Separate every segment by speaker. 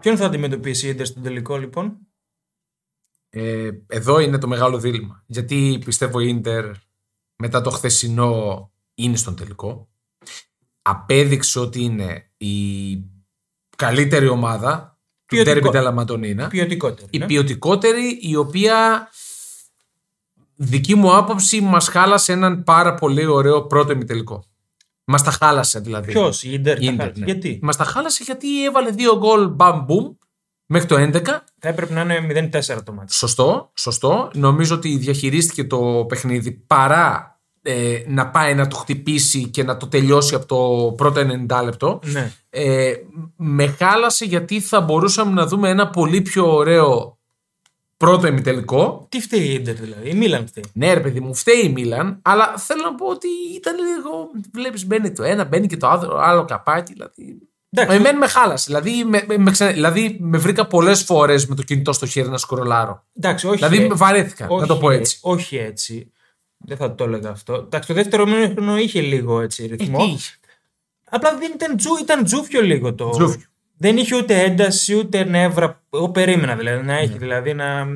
Speaker 1: Ποιον θα αντιμετωπίσει η Ιντερ στον τελικό, λοιπόν.
Speaker 2: Ε, εδώ είναι το μεγάλο δίλημα. Γιατί πιστεύω η Ιντερ μετά το χθεσινό είναι στον τελικό. Απέδειξε ότι είναι η καλύτερη ομάδα του
Speaker 1: Ποιοτικό-
Speaker 2: Τέρμπι Τελαματονίνα.
Speaker 1: Ποιοτικότερη.
Speaker 2: Η
Speaker 1: ναι.
Speaker 2: ποιοτικότερη η οποία δική μου άποψη μας χάλασε έναν πάρα πολύ ωραίο πρώτο ημιτελικό. Μας τα χάλασε δηλαδή.
Speaker 1: Ποιος, η Ιντερ.
Speaker 2: Η Ίντερ, ναι.
Speaker 1: Γιατί.
Speaker 2: Μας τα χάλασε γιατί έβαλε δύο γκολ μπαμ μπουμ μέχρι το 11.
Speaker 1: Θα έπρεπε να είναι 0-4 το μάτι.
Speaker 2: Σωστό, σωστό. Νομίζω ότι διαχειρίστηκε το παιχνίδι παρά ε, να πάει να το χτυπήσει και να το τελειώσει από το πρώτο 90 λεπτό.
Speaker 1: Ναι.
Speaker 2: Ε, με χάλασε γιατί θα μπορούσαμε να δούμε ένα πολύ πιο ωραίο πρώτο ημιτελικό
Speaker 1: Τι φταίει η Ιντερ, δηλαδή. Η Μίλαν φταίει.
Speaker 2: ναι, ρε παιδί μου, φταίει η Μίλαν, αλλά θέλω να πω ότι ήταν λίγο. Βλέπεις, μπαίνει το ένα, μπαίνει και το άλλο, άλλο καπάκι. Δηλαδή.
Speaker 1: Εντάξει.
Speaker 2: Εμένα με χάλασε. Δηλαδή με, με, με ξε- δηλαδή, με βρήκα πολλές φορές με το κινητό στο χέρι να σκρολάρω.
Speaker 1: Εντάξει, όχι.
Speaker 2: δηλαδή,
Speaker 1: ε,
Speaker 2: με βαρέθηκα,
Speaker 1: όχι, ε-
Speaker 2: να το πω έτσι.
Speaker 1: Όχι έτσι. Δεν θα το έλεγα αυτό. Εντάξει, το δεύτερο μήνυμα είχε λίγο
Speaker 2: Ε,
Speaker 1: έτσι ρυθμό. Απλά δεν ήταν τζου, ήταν τζούφιο λίγο το.
Speaker 2: Τζούφιο.
Speaker 1: Δεν είχε ούτε ένταση, ούτε νεύρα. Εγώ περίμενα δηλαδή να
Speaker 2: Ναι.
Speaker 1: έχει. Δηλαδή να...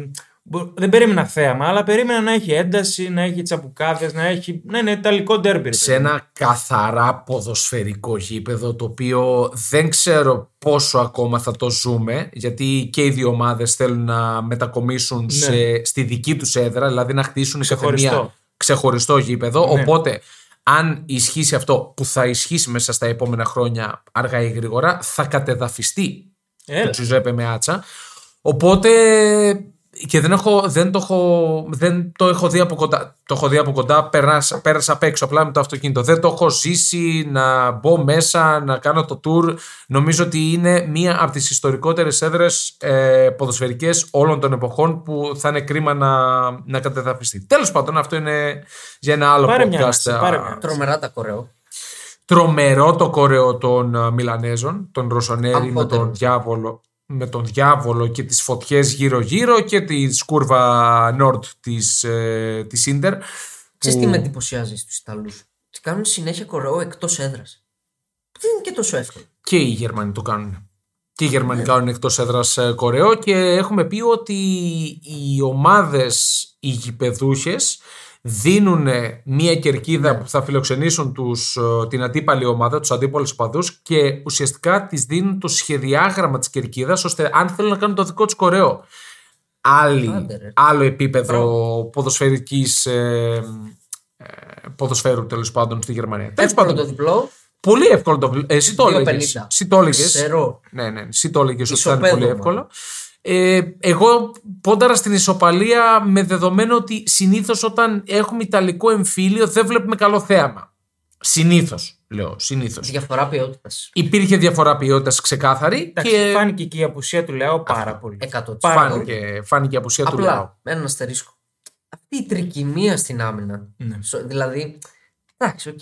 Speaker 1: μπο- Δεν περίμενα θέαμα, αλλά περίμενα να έχει ένταση, να έχει τσαπουκάδε, να έχει. Ναι, ναι, ιταλικό ντέρμπι. ρε
Speaker 2: σε ένα καθαρά ποδοσφαιρικό γήπεδο το οποίο δεν ξέρω πόσο ακόμα θα το ζούμε γιατί και οι δύο ομάδες θέλουν να μετακομίσουν
Speaker 1: Ναι.
Speaker 2: σε, στη δική τους έδρα δηλαδή να χτίσουν η
Speaker 1: Ξεχωριστό.
Speaker 2: καθεμία ξεχωριστό γήπεδο
Speaker 1: Ναι.
Speaker 2: οπότε αν ισχύσει αυτό που θα ισχύσει μέσα στα επόμενα χρόνια αργά ή γρήγορα θα κατεδαφιστεί
Speaker 1: Έλα.
Speaker 2: του Τζουζέπε Μεάτσα. Οπότε και δεν, έχω, δεν, το έχω, δεν το έχω δει από κοντά. Το έχω δει από κοντά, πέρασα, πέρασα απ' έξω απλά με το αυτοκίνητο. Δεν το έχω ζήσει να μπω μέσα, να κάνω το tour. Νομίζω ότι είναι μία από τις ιστορικότερες έδρες ε, ποδοσφαιρικές όλων των εποχών που θα είναι κρίμα να, να κατεδαφιστεί. Τέλος πάντων, αυτό είναι για ένα άλλο
Speaker 1: Πάρε μια
Speaker 2: podcast.
Speaker 1: ανάσα, πάρε μια.
Speaker 3: Τρομερά τα κορεό.
Speaker 2: Τρομερό το κορεό των ε, Μιλανέζων, των Ρωσονέρι με
Speaker 3: Αμφότερος.
Speaker 2: τον διάβολο με τον διάβολο και τις φωτιές γύρω-γύρω και τη σκούρβα Νόρτ της, ε, της Ίντερ.
Speaker 3: Ξέρεις τι με εντυπωσιάζει στους Ιταλούς. Τι κάνουν συνέχεια κορεό εκτός έδρας. Δεν είναι και τόσο εύκολο.
Speaker 2: Και οι Γερμανοί το κάνουν. Και οι Γερμανοί
Speaker 3: Ναι.
Speaker 2: κάνουν εκτός έδρας ε, κορεό και έχουμε πει ότι οι ομάδες, οι γηπεδούχες δίνουν μία κερκίδα
Speaker 3: Ναι.
Speaker 2: που θα φιλοξενήσουν τους, ε, την αντίπαλη ομάδα, τους αντίπαλους οπαδούς και ουσιαστικά τις δίνουν το σχεδιάγραμμα της κερκίδας ώστε αν θέλουν να κάνουν το δικό τους κορεό. Άλλη,
Speaker 3: Άντε, ρε.
Speaker 2: άλλο επίπεδο ποδοσφαιρικής ε, ε, ποδοσφαίρου τέλος πάντων στη Γερμανία. Τέλος
Speaker 3: Εύκολο
Speaker 2: πάντων,
Speaker 3: το διπλό.
Speaker 2: Πολύ εύκολο το βλέπω. Εσύ το
Speaker 3: 2,50.
Speaker 2: έλεγες. Εσύ το έλεγες.
Speaker 3: Ξέρω.
Speaker 2: Ναι, ναι. Εσύ το έλεγες ότι θα είναι
Speaker 3: Ισοπαίδωμα.
Speaker 2: πολύ εύκολο. Ε, εγώ πόνταρα στην ισοπαλία με δεδομένο ότι συνήθως όταν έχουμε ιταλικό εμφύλιο δεν βλέπουμε καλό θέαμα. Συνήθως, λέω. Συνήθως.
Speaker 3: Διαφορά ποιότητας.
Speaker 2: Υπήρχε διαφορά ποιότητας ξεκάθαρη
Speaker 1: Εντάξει,
Speaker 2: και
Speaker 1: φάνηκε και η απουσία του Λεάο πάρα πολύ.
Speaker 3: 100%.
Speaker 1: Πάρα πολύ.
Speaker 2: φάνηκε, φάνηκε απουσία του λαού.
Speaker 3: Απλά ένα αστερίσκο. Αυτή η τρικυμία στην άμυνα.
Speaker 1: Ναι.
Speaker 3: Σο- Δηλαδή. Εντάξει, οκ.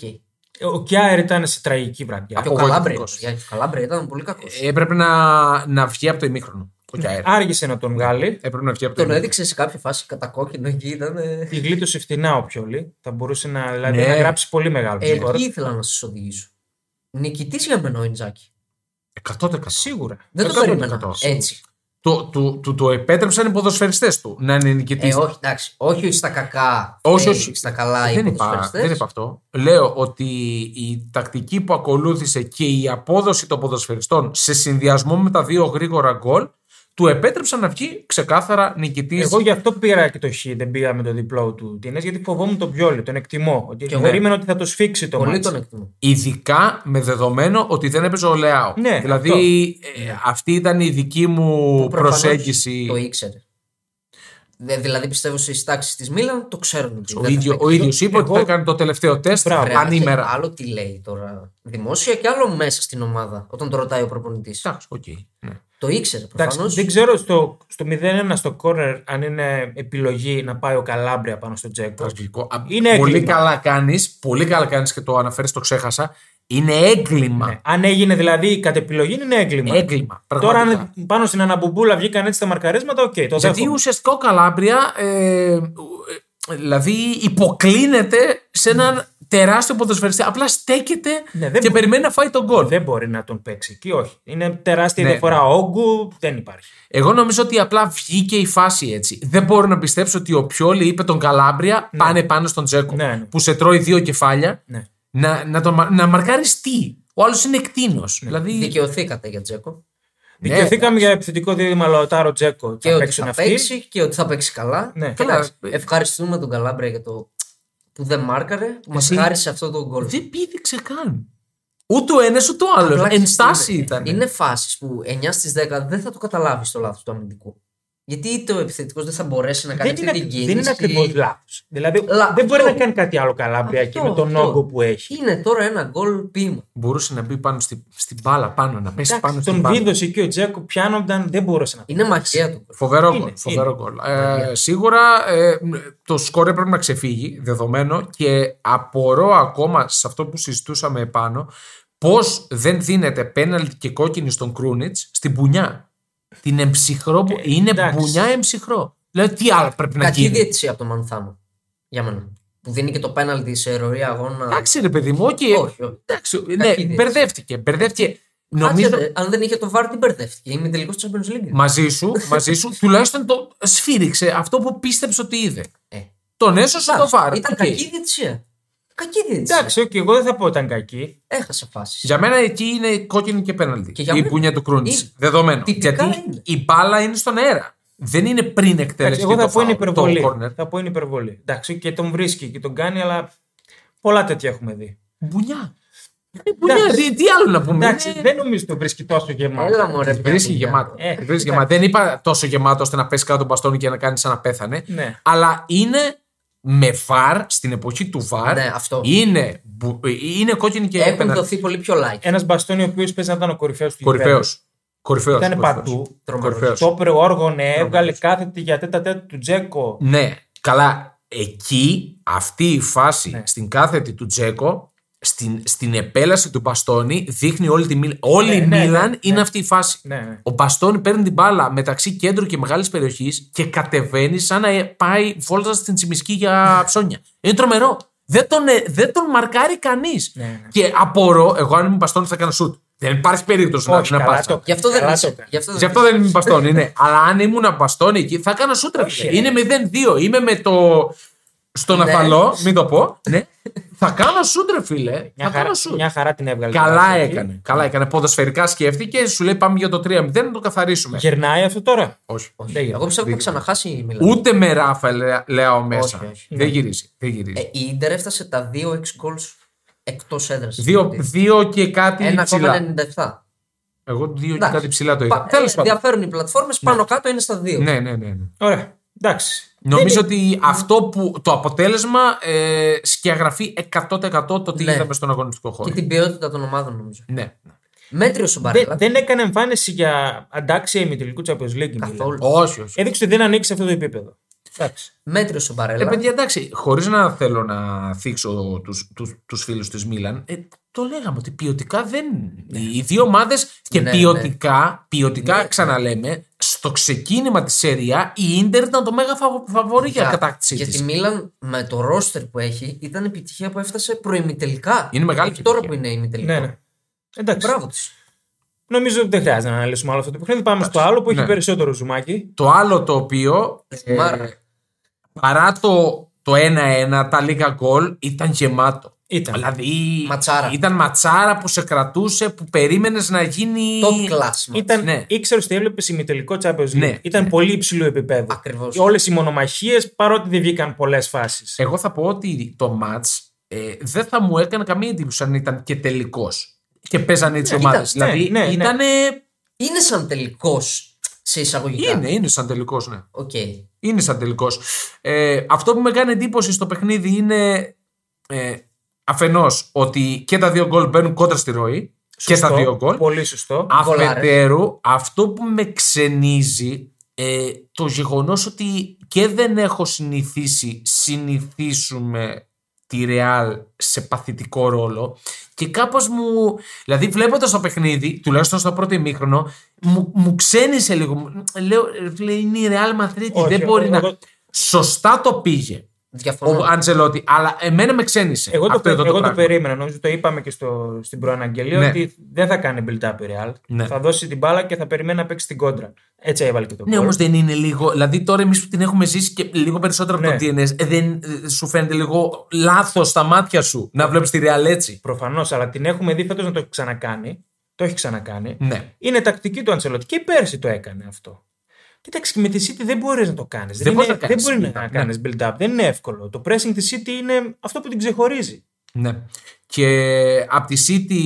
Speaker 1: Ο Κιάερ ήταν σε τραγική βραδιά.
Speaker 3: Και ο Καλάμπρε,
Speaker 2: Απογοητευτικός.
Speaker 3: ο Καλάμπρε ήταν πολύ κακός.
Speaker 2: Ε, Έπρεπε να, να βγει από το ημίχρονο. Ο Κιαέρ.
Speaker 1: Άργησε να τον βγάλει.
Speaker 2: Έπρεπε να βγει από το
Speaker 3: Ναι. Τον
Speaker 2: ημίχρονο.
Speaker 3: έδειξε σε κάποια φάση κατά κόκκινο εκεί. Ήταν. ε,
Speaker 1: Τη γλίτωσε φτηνά ο Πιόλη. Θα μπορούσε να, δηλαδή,
Speaker 2: Ναι.
Speaker 1: να γράψει πολύ μεγάλο
Speaker 3: Ε,
Speaker 1: σκορ.
Speaker 3: εκεί ήθελα να σας οδηγήσω. Νικητής για μένα ο Ιντζάκη.
Speaker 2: 100%.
Speaker 1: Σίγουρα.
Speaker 3: Δεν το
Speaker 2: 100%.
Speaker 3: περίμενα. Έτσι.
Speaker 2: Το, του, του το επέτρεψαν οι ποδοσφαιριστές του να είναι νικητής.
Speaker 3: Ε, όχι, εντάξει. Όχι στα κακά.
Speaker 2: Όχι,
Speaker 3: ε,
Speaker 2: όχι.
Speaker 3: Στα καλά
Speaker 2: δεν,
Speaker 3: οι
Speaker 2: είπα,
Speaker 3: ποδοσφαιριστές.
Speaker 2: δεν είπα αυτό. Λέω ότι η τακτική που ακολούθησε και η απόδοση των ποδοσφαιριστών σε συνδυασμό με τα δύο γρήγορα γκολ του επέτρεψαν να βγει ξεκάθαρα
Speaker 3: Ε,
Speaker 2: νικητής.
Speaker 1: Εγώ γι' αυτό πήρα και το χ, δεν πήγα με το διπλό του Τίνες, γιατί φοβόμουν τον Πιόλη, τον εκτιμώ. Ότι
Speaker 3: εγώ.
Speaker 1: περίμενα ότι θα το σφίξει το
Speaker 3: Πολύ
Speaker 1: μάτι.
Speaker 3: τον εκτιμώ.
Speaker 2: Ειδικά με δεδομένο ότι δεν έπαιζε ο Λεάο.
Speaker 1: Ναι,
Speaker 2: δηλαδή ε, αυτή ήταν η δική μου
Speaker 3: Προφανώς
Speaker 2: προσέγγιση.
Speaker 3: Το ήξερε. Δε- δηλαδή πιστεύω στις τάξεις της Μίλαν το ξέρουν. ότι
Speaker 2: Ο,
Speaker 3: δεν θα
Speaker 2: ίδιο, ο
Speaker 3: παίξει.
Speaker 2: ίδιος είπε ότι
Speaker 1: Εγώ-
Speaker 2: θα έκανε το τελευταίο τεστ
Speaker 1: Μπράβο.
Speaker 3: Ρε, άκη,
Speaker 2: ανήμερα.
Speaker 3: Άλλο τι λέει τώρα δημόσια και άλλο μέσα στην ομάδα όταν το ρωτάει ο προπονητής.
Speaker 2: Εντάξει, οκ. Ναι.
Speaker 3: Το ήξερε
Speaker 1: Εντάξει,
Speaker 3: προφανώς.
Speaker 1: δεν ξέρω στο, στο 0-1 στο corner αν είναι επιλογή να πάει ο Καλάμπρια πάνω στον Τζέκο.
Speaker 2: Τραγικό. Α,
Speaker 1: Είναι
Speaker 2: πολύ
Speaker 1: έγκλημα.
Speaker 2: καλά κάνεις, πολύ καλά κάνεις και το αναφέρεις, το ξέχασα. Είναι έγκλημα.
Speaker 1: Ναι. Αν έγινε δηλαδή κατ' επιλογή είναι
Speaker 3: Ε,
Speaker 1: έγκλημα.
Speaker 2: Έγκλημα.
Speaker 1: Τώρα,
Speaker 2: Πραγματικά.
Speaker 1: αν πάνω στην αναμπουμπούλα βγήκαν έτσι τα μαρκαρίσματα, οκ. το
Speaker 2: Γιατί
Speaker 1: δέχομαι.
Speaker 2: ουσιαστικά ο Καλάμπρια ε, ε, δηλαδή υποκλίνεται σε έναν τεράστιο ποδοσφαιριστή. Απλά στέκεται
Speaker 1: Ναι, δεν
Speaker 2: και
Speaker 1: μπορεί.
Speaker 2: περιμένει να φάει τον γκολ.
Speaker 1: Δεν μπορεί να τον παίξει εκεί, όχι. Είναι τεράστια
Speaker 2: Ναι.
Speaker 1: διαφορά όγκου, δεν υπάρχει.
Speaker 2: Εγώ νομίζω ότι απλά βγήκε η φάση έτσι. Δεν μπορώ να πιστέψω ότι ο Πιόλη είπε τον Καλάμπρια πάνε πάνω στον Τζέκο.
Speaker 1: Ναι, ναι.
Speaker 2: Που σε τρώει δύο κεφάλια.
Speaker 1: Ναι.
Speaker 2: Να, να, τον, μα- να μαρκάρεις τι. Ο άλλος είναι εκτείνο.
Speaker 1: Ναι.
Speaker 2: Δηλαδή.
Speaker 3: Δικαιωθήκατε για Τζέκο.
Speaker 1: Δικαιωθήκαμε για επιθετικό δίδυμα Λαοτάρο Τζέκο.
Speaker 3: Ναι, Και
Speaker 1: θα
Speaker 3: ότι
Speaker 1: παίξουν
Speaker 3: θα
Speaker 1: αυτοί.
Speaker 3: παίξει και ότι θα παίξει καλά.
Speaker 1: Ναι.
Speaker 3: Και
Speaker 2: Καλά.
Speaker 3: εντάξει, Ευχαριστούμε τον Καλάμπρια για το που δεν μάρκαρε, που μας
Speaker 2: Εσύ-
Speaker 3: χάρισε αυτό το γκολ.
Speaker 2: Δεν πήδηξε καν. Ούτε ο ένα ούτε ο άλλο.
Speaker 3: Απλά ξέρεις
Speaker 2: Ενστάση
Speaker 3: τι είναι.
Speaker 2: ήταν.
Speaker 3: Είναι φάσεις που 9 στι 10 δεν θα το καταλάβεις το λάθος του αμυντικού. Γιατί το επιθετικός δεν θα μπορέσει να κάνει
Speaker 1: Δεν
Speaker 3: αυτή
Speaker 1: είναι,
Speaker 3: την κίνηση.
Speaker 1: δεν είναι ακριβώς λάθος. Δηλαδή
Speaker 3: Λα-
Speaker 1: δεν μπορεί
Speaker 3: αυτό.
Speaker 1: να κάνει κάτι άλλο Καλάμπρια εκεί
Speaker 3: Αυτό,
Speaker 1: με τον
Speaker 3: αυτό.
Speaker 1: όγκο που έχει.
Speaker 3: Είναι τώρα ένα γκολ πείμα.
Speaker 2: Μπορούσε να μπει πάνω στη- στην μπάλα πάνω, να πέσει πάνω
Speaker 1: Εντάξει,
Speaker 2: στην
Speaker 1: τον
Speaker 2: μπάλα.
Speaker 1: βίδωσε και ο Τζέκο πιάνονταν, δεν μπορούσε να
Speaker 3: Είναι μαγεία του γκολ.
Speaker 2: Φοβερό
Speaker 1: Είναι,
Speaker 2: γκολ.
Speaker 1: είναι.
Speaker 2: Φοβερό γκολ. Ε, σίγουρα ε, το σκόρ έπρεπε να ξεφύγει, δεδομένο και απορώ ακόμα σε αυτό που συζητούσαμε επάνω πώς δεν δίνεται πέναλτι και κόκκινη στον Κρούνιτ στην πουνιά. Την εμψυχρό που είναι
Speaker 1: Ε, εντάξει.
Speaker 2: μπουνιά εμψυχρό. Δηλαδή τι άλλο πρέπει να
Speaker 3: Κακή
Speaker 2: γίνει.
Speaker 3: διαιτησία από τον Μανθάνο. Για μένα. Που δίνει και το πέναλτι σε ροή αγώνα.
Speaker 2: Εντάξει ρε παιδί μου, όχι.
Speaker 3: Όχι, όχι.
Speaker 2: Εντάξει, ναι,
Speaker 3: διαιτησία.
Speaker 2: μπερδεύτηκε. μπερδεύτηκε.
Speaker 3: Νομίζω...
Speaker 2: Νομίζω
Speaker 3: αν δεν είχε το βάρ, την μπερδεύτηκε. Είμαι τελικός της Champions League.
Speaker 2: μαζί σου, μαζί σου τουλάχιστον το σφύριξε αυτό που πίστεψε ότι είδε.
Speaker 3: Ε,
Speaker 2: Τον έσωσε το
Speaker 3: εντάξει,
Speaker 2: βάρ.
Speaker 3: Ήταν
Speaker 2: Οκ.
Speaker 3: κακή διαιτησία. Κακή διαιτησία.
Speaker 1: Εντάξει, όχι, εγώ δεν θα πω ήταν κακή.
Speaker 3: Έχασε φάσεις.
Speaker 2: Για μένα εκεί είναι κόκκινη και πέναλτι.
Speaker 3: Και
Speaker 2: Και
Speaker 3: για
Speaker 2: η
Speaker 3: μένα.
Speaker 2: μπουνιά του Κρούνη.
Speaker 3: Είναι.
Speaker 2: Δεδομένο.
Speaker 3: Τυπικά
Speaker 2: Γιατί
Speaker 3: είναι.
Speaker 2: η μπάλα είναι στον αέρα. Δεν είναι πριν εκτελεστεί.
Speaker 1: Εντάξει, εγώ θα
Speaker 2: το
Speaker 1: πω είναι
Speaker 2: φάουλ, το
Speaker 1: υπερβολή.
Speaker 2: corner.
Speaker 1: Θα πω είναι υπερβολή. Εντάξει, και τον βρίσκει και τον κάνει, αλλά πολλά τέτοια έχουμε δει.
Speaker 2: Μπουνιά. Είναι μπουνιά.
Speaker 1: Εντάξει.
Speaker 2: Τι, τι άλλο να πούμε. Ε,
Speaker 1: Εντάξει,
Speaker 2: είναι-
Speaker 1: δεν νομίζω το βρίσκει τόσο γεμάτο.
Speaker 3: Ναι. Έλα μωρέ.
Speaker 2: Τη βρίσκει
Speaker 3: ποια
Speaker 2: γεμάτο.
Speaker 1: Ε,
Speaker 2: Τη βρίσκει
Speaker 1: εντάξει.
Speaker 2: γεμάτο. Δεν είπα τόσο γεμάτο ώστε να πέσει κάτω τον μπαστόνι και να κάνεις σαν να πέθανε.
Speaker 1: Ναι.
Speaker 2: Αλλά είναι με βαρ στην εποχή του βαρ.
Speaker 3: Ναι, αυτό.
Speaker 2: Είναι, μπου- ε, είναι κόκκινη και
Speaker 3: Έχουν
Speaker 2: πέναλτι.
Speaker 3: δοθεί πολύ πιο like.
Speaker 1: Ένας μπαστόνι ο οποίος παίζει να ήταν ο κορυφαίος του
Speaker 2: Κορυφαίο.
Speaker 1: γηπέδου. Ήταν παντού.
Speaker 2: Κορυφαίος.
Speaker 1: Το όπερ όργωνε, έβγαλε κάθετη για τέτα τέτα του Τζέκο.
Speaker 2: Ναι, καλά. Εκεί αυτή η φάση
Speaker 1: Ναι.
Speaker 2: στην κάθετη του Τζέκο, στην, στην επέλαση του Μπαστόνι, δείχνει όλη τη Μίλαν. Όλη η
Speaker 1: ναι, ναι,
Speaker 2: Μίλαν
Speaker 1: ναι.
Speaker 2: είναι αυτή η φάση.
Speaker 1: Ναι, ναι.
Speaker 2: Ο Μπαστόνι παίρνει την μπάλα μεταξύ κέντρου και μεγάλης περιοχής και κατεβαίνει σαν να ε, πάει βόλτας στην τσιμισκή για ψώνια. Είναι τρομερό. Δεν τον, ε, δεν τον μαρκάρει κανείς.
Speaker 1: ναι.
Speaker 2: Και απορώ, εγώ αν είμαι Μπαστόνι θα κάνω σουτ. Δεν υπάρχει περίπτωση να-
Speaker 1: Όχι,
Speaker 2: να
Speaker 1: καλά,
Speaker 2: πάρει.
Speaker 1: το-
Speaker 3: Γι' αυτό δεν
Speaker 1: Καλά το
Speaker 3: είσαι.
Speaker 1: έκανε.
Speaker 3: Γι' αυτό
Speaker 2: Ε, Γι'
Speaker 3: δεν
Speaker 2: αυτό δεν είμαι μπαστόνι, ναι. Αλλά αν ήμουν μπαστόνι εκεί, θα έκανα σούτρα.
Speaker 1: Όχι,
Speaker 2: Είναι 0-2. Είμαι με το. Στον
Speaker 3: Ναι.
Speaker 2: αφαλό, μην το πω. Ναι. θα κάνω σούτρα, φίλε.
Speaker 1: Μια
Speaker 2: θα
Speaker 1: χαρά,
Speaker 2: κάνω σούτρα.
Speaker 1: μια χαρά την έβγαλε.
Speaker 2: Καλά
Speaker 1: την
Speaker 2: έκανε. Καλά έκανε. Ποδοσφαιρικά σκέφτηκε, σου λέει πάμε για το 3-0 να το καθαρίσουμε.
Speaker 1: Γερνάει αυτό τώρα.
Speaker 2: Όχι.
Speaker 1: Δεν
Speaker 3: Όχι.
Speaker 1: γίνεται.
Speaker 3: Εγώ πιστεύω ότι θα ξαναχάσει η Μίλαν.
Speaker 2: Ούτε με ράφα λέ- λέω μέσα.
Speaker 3: Όχι, όχι.
Speaker 2: Δεν γυρίζει. Δεν γυρίζει.
Speaker 3: Ε, η Ιντερ έφτασε τα 2 6 goals εκτός έδρας.
Speaker 2: δύο, δύο και κάτι ψηλά.
Speaker 3: 1,97.
Speaker 2: Εγώ δύο και
Speaker 3: Εντάξει.
Speaker 2: κάτι ψηλά το
Speaker 3: Πα-
Speaker 2: είδα. Τέλος
Speaker 3: ε,
Speaker 2: πάντων.
Speaker 3: Διαφέρουν οι πλατφόρμες, πάνω κάτω είναι στα 2.
Speaker 2: Ναι, ναι, ναι. ναι.
Speaker 1: Ωραία. Εντάξει.
Speaker 2: Νομίζω ότι αυτό που το αποτέλεσμα ε, σκιαγραφεί 100% το τι
Speaker 3: Ναι.
Speaker 2: είδαμε στον αγωνιστικό χώρο.
Speaker 3: Και την ποιότητα των ομάδων νομίζω.
Speaker 2: Ναι.
Speaker 3: Μέτριο ο
Speaker 1: Δεν,
Speaker 3: Μπαρέλα.
Speaker 1: δεν έκανε εμφάνιση για αντάξια ημιτελικού Champions League. η Μίλαν.
Speaker 3: Καθόλου.
Speaker 2: Όχι, όχι.
Speaker 1: Έδειξε ότι δεν ανήκει σε αυτό το επίπεδο. Εντάξει.
Speaker 3: Μέτριο ο
Speaker 2: Ε,
Speaker 3: Μπαρέλα.
Speaker 2: παιδιά, εντάξει, χωρίς να θέλω να θίξω τους, τους, τους φίλους της Μίλαν, ε, το λέγαμε ότι ποιοτικά δεν... Οι δύο ομάδες και
Speaker 3: Ναι,
Speaker 2: ποιοτικά, ποιοτικά ξαναλέμε, στο ξεκίνημα της σέρια η Ίντερ ήταν το μέγα φαβο- φαβορή για κατάκτησή
Speaker 3: Γιατί
Speaker 2: της.
Speaker 3: η Μίλαν με το ρόστερ που έχει ήταν επιτυχία που έφτασε προημιτελικά.
Speaker 2: Είναι μεγάλη
Speaker 3: Και τώρα που
Speaker 2: επιτυχία.
Speaker 3: είναι ημιτελικό. Ε,
Speaker 1: Ναι, ναι. Εντάξει.
Speaker 3: Μπράβο της.
Speaker 1: Νομίζω ότι δεν χρειάζεται να αναλύσουμε άλλο αυτό το παιχνίδι. Πάμε στο άλλο που έχει
Speaker 2: Ναι.
Speaker 1: περισσότερο ζουμάκι.
Speaker 2: Το άλλο το οποίο, ε,
Speaker 3: Μάρα.
Speaker 2: παρά το, το 1-1, τα λίγα γκολ, ήταν γεμάτο.
Speaker 1: Ήταν.
Speaker 2: Δηλαδή,
Speaker 3: Ματσάρα.
Speaker 2: ήταν ματσάρα που σε κρατούσε, που περίμενες να γίνει...
Speaker 3: Top class.
Speaker 1: Ήταν,
Speaker 2: ναι.
Speaker 1: Ήξερες ότι έβλεπες ημιτελικό Champions League.
Speaker 2: Ναι,
Speaker 1: Ήταν πολύ υψηλού επίπεδου.
Speaker 3: Ακριβώς.
Speaker 1: Όλες οι μονομαχίες, παρότι δεν βγήκαν πολλές φάσεις.
Speaker 2: Εγώ θα πω ότι το match ε, δεν θα μου έκανε καμία εντύπωση αν ήταν και τελικός. Και παίζανε τι
Speaker 3: Ναι,
Speaker 2: ομάδες.
Speaker 3: ήταν,
Speaker 1: ναι,
Speaker 2: Δηλαδή
Speaker 1: ναι, ναι.
Speaker 2: ήταν.
Speaker 3: Είναι σαν τελικός σε εισαγωγικά.
Speaker 2: Είναι, είναι σαν τελικός, ναι.
Speaker 3: Οκ.
Speaker 2: Είναι σαν τελικός. Ε, αυτό που με κάνει εντύπωση στο παιχνίδι είναι ε, αφενός ότι και τα δύο γκολ μπαίνουν κόντρα στη ροή. και τα δύο γκολ.
Speaker 1: Πολύ σωστό.
Speaker 3: Γκολάρες.
Speaker 2: Αφετέρου, αυτό που με ξενίζει ε, το γεγονός ότι και δεν έχω συνηθίσει συνηθίσουμε τη Ρεάλ σε παθητικό ρόλο και κάπως μου, δηλαδή βλέποντας το παιχνίδι, τουλάχιστον στο πρώτο ημίχρονο, μου, μου ξένησε λίγο. Μου- Λέω, «Ρε φίλε, είναι η Real Madrid,
Speaker 1: Όχι,
Speaker 2: δεν μπορεί
Speaker 1: εγώ-
Speaker 2: να...
Speaker 1: εγώ-
Speaker 2: Σωστά το πήγε.
Speaker 3: Διαφωνώ.
Speaker 2: Ο Αντζελότη. Αλλά εμένα με ξένησε.
Speaker 1: Εγώ το,
Speaker 2: αυτό
Speaker 1: πε-
Speaker 2: εδώ
Speaker 1: εγώ το,
Speaker 2: πράγμα.
Speaker 1: περίμενα. Νομίζω το είπαμε και στο, στην προαναγγελία
Speaker 2: Ναι.
Speaker 1: ότι δεν θα κάνει build up η Real.
Speaker 2: Ναι.
Speaker 1: Θα δώσει την μπάλα και θα περιμένει να παίξει την κόντρα. Έτσι έβαλε και το
Speaker 2: Ναι,
Speaker 1: γκολ.
Speaker 2: όμως δεν είναι λίγο. Δηλαδή τώρα εμείς που την έχουμε ζήσει και λίγο περισσότερο από
Speaker 1: Ναι.
Speaker 2: το DNS, ε, δεν ε, σου φαίνεται λίγο λάθος στα μάτια σου να βλέπεις τη Real έτσι.
Speaker 1: Προφανώς, αλλά την έχουμε δει φέτος να το έχει ξανακάνει. Το έχει ξανακάνει.
Speaker 2: Ναι.
Speaker 1: Είναι τακτική του Αντσελότη και πέρσι το έκανε αυτό. Κοίταξε, και με τη City δεν μπορείς να το κάνεις.
Speaker 2: Δεν
Speaker 1: είναι-
Speaker 2: μπορείς να κάνεις
Speaker 1: μπορεί
Speaker 2: build-up,
Speaker 1: να
Speaker 2: ναι.
Speaker 1: κάνεις build-up. Δεν είναι εύκολο. Το pressing της City είναι αυτό που την ξεχωρίζει.
Speaker 2: ναι. Και από τη City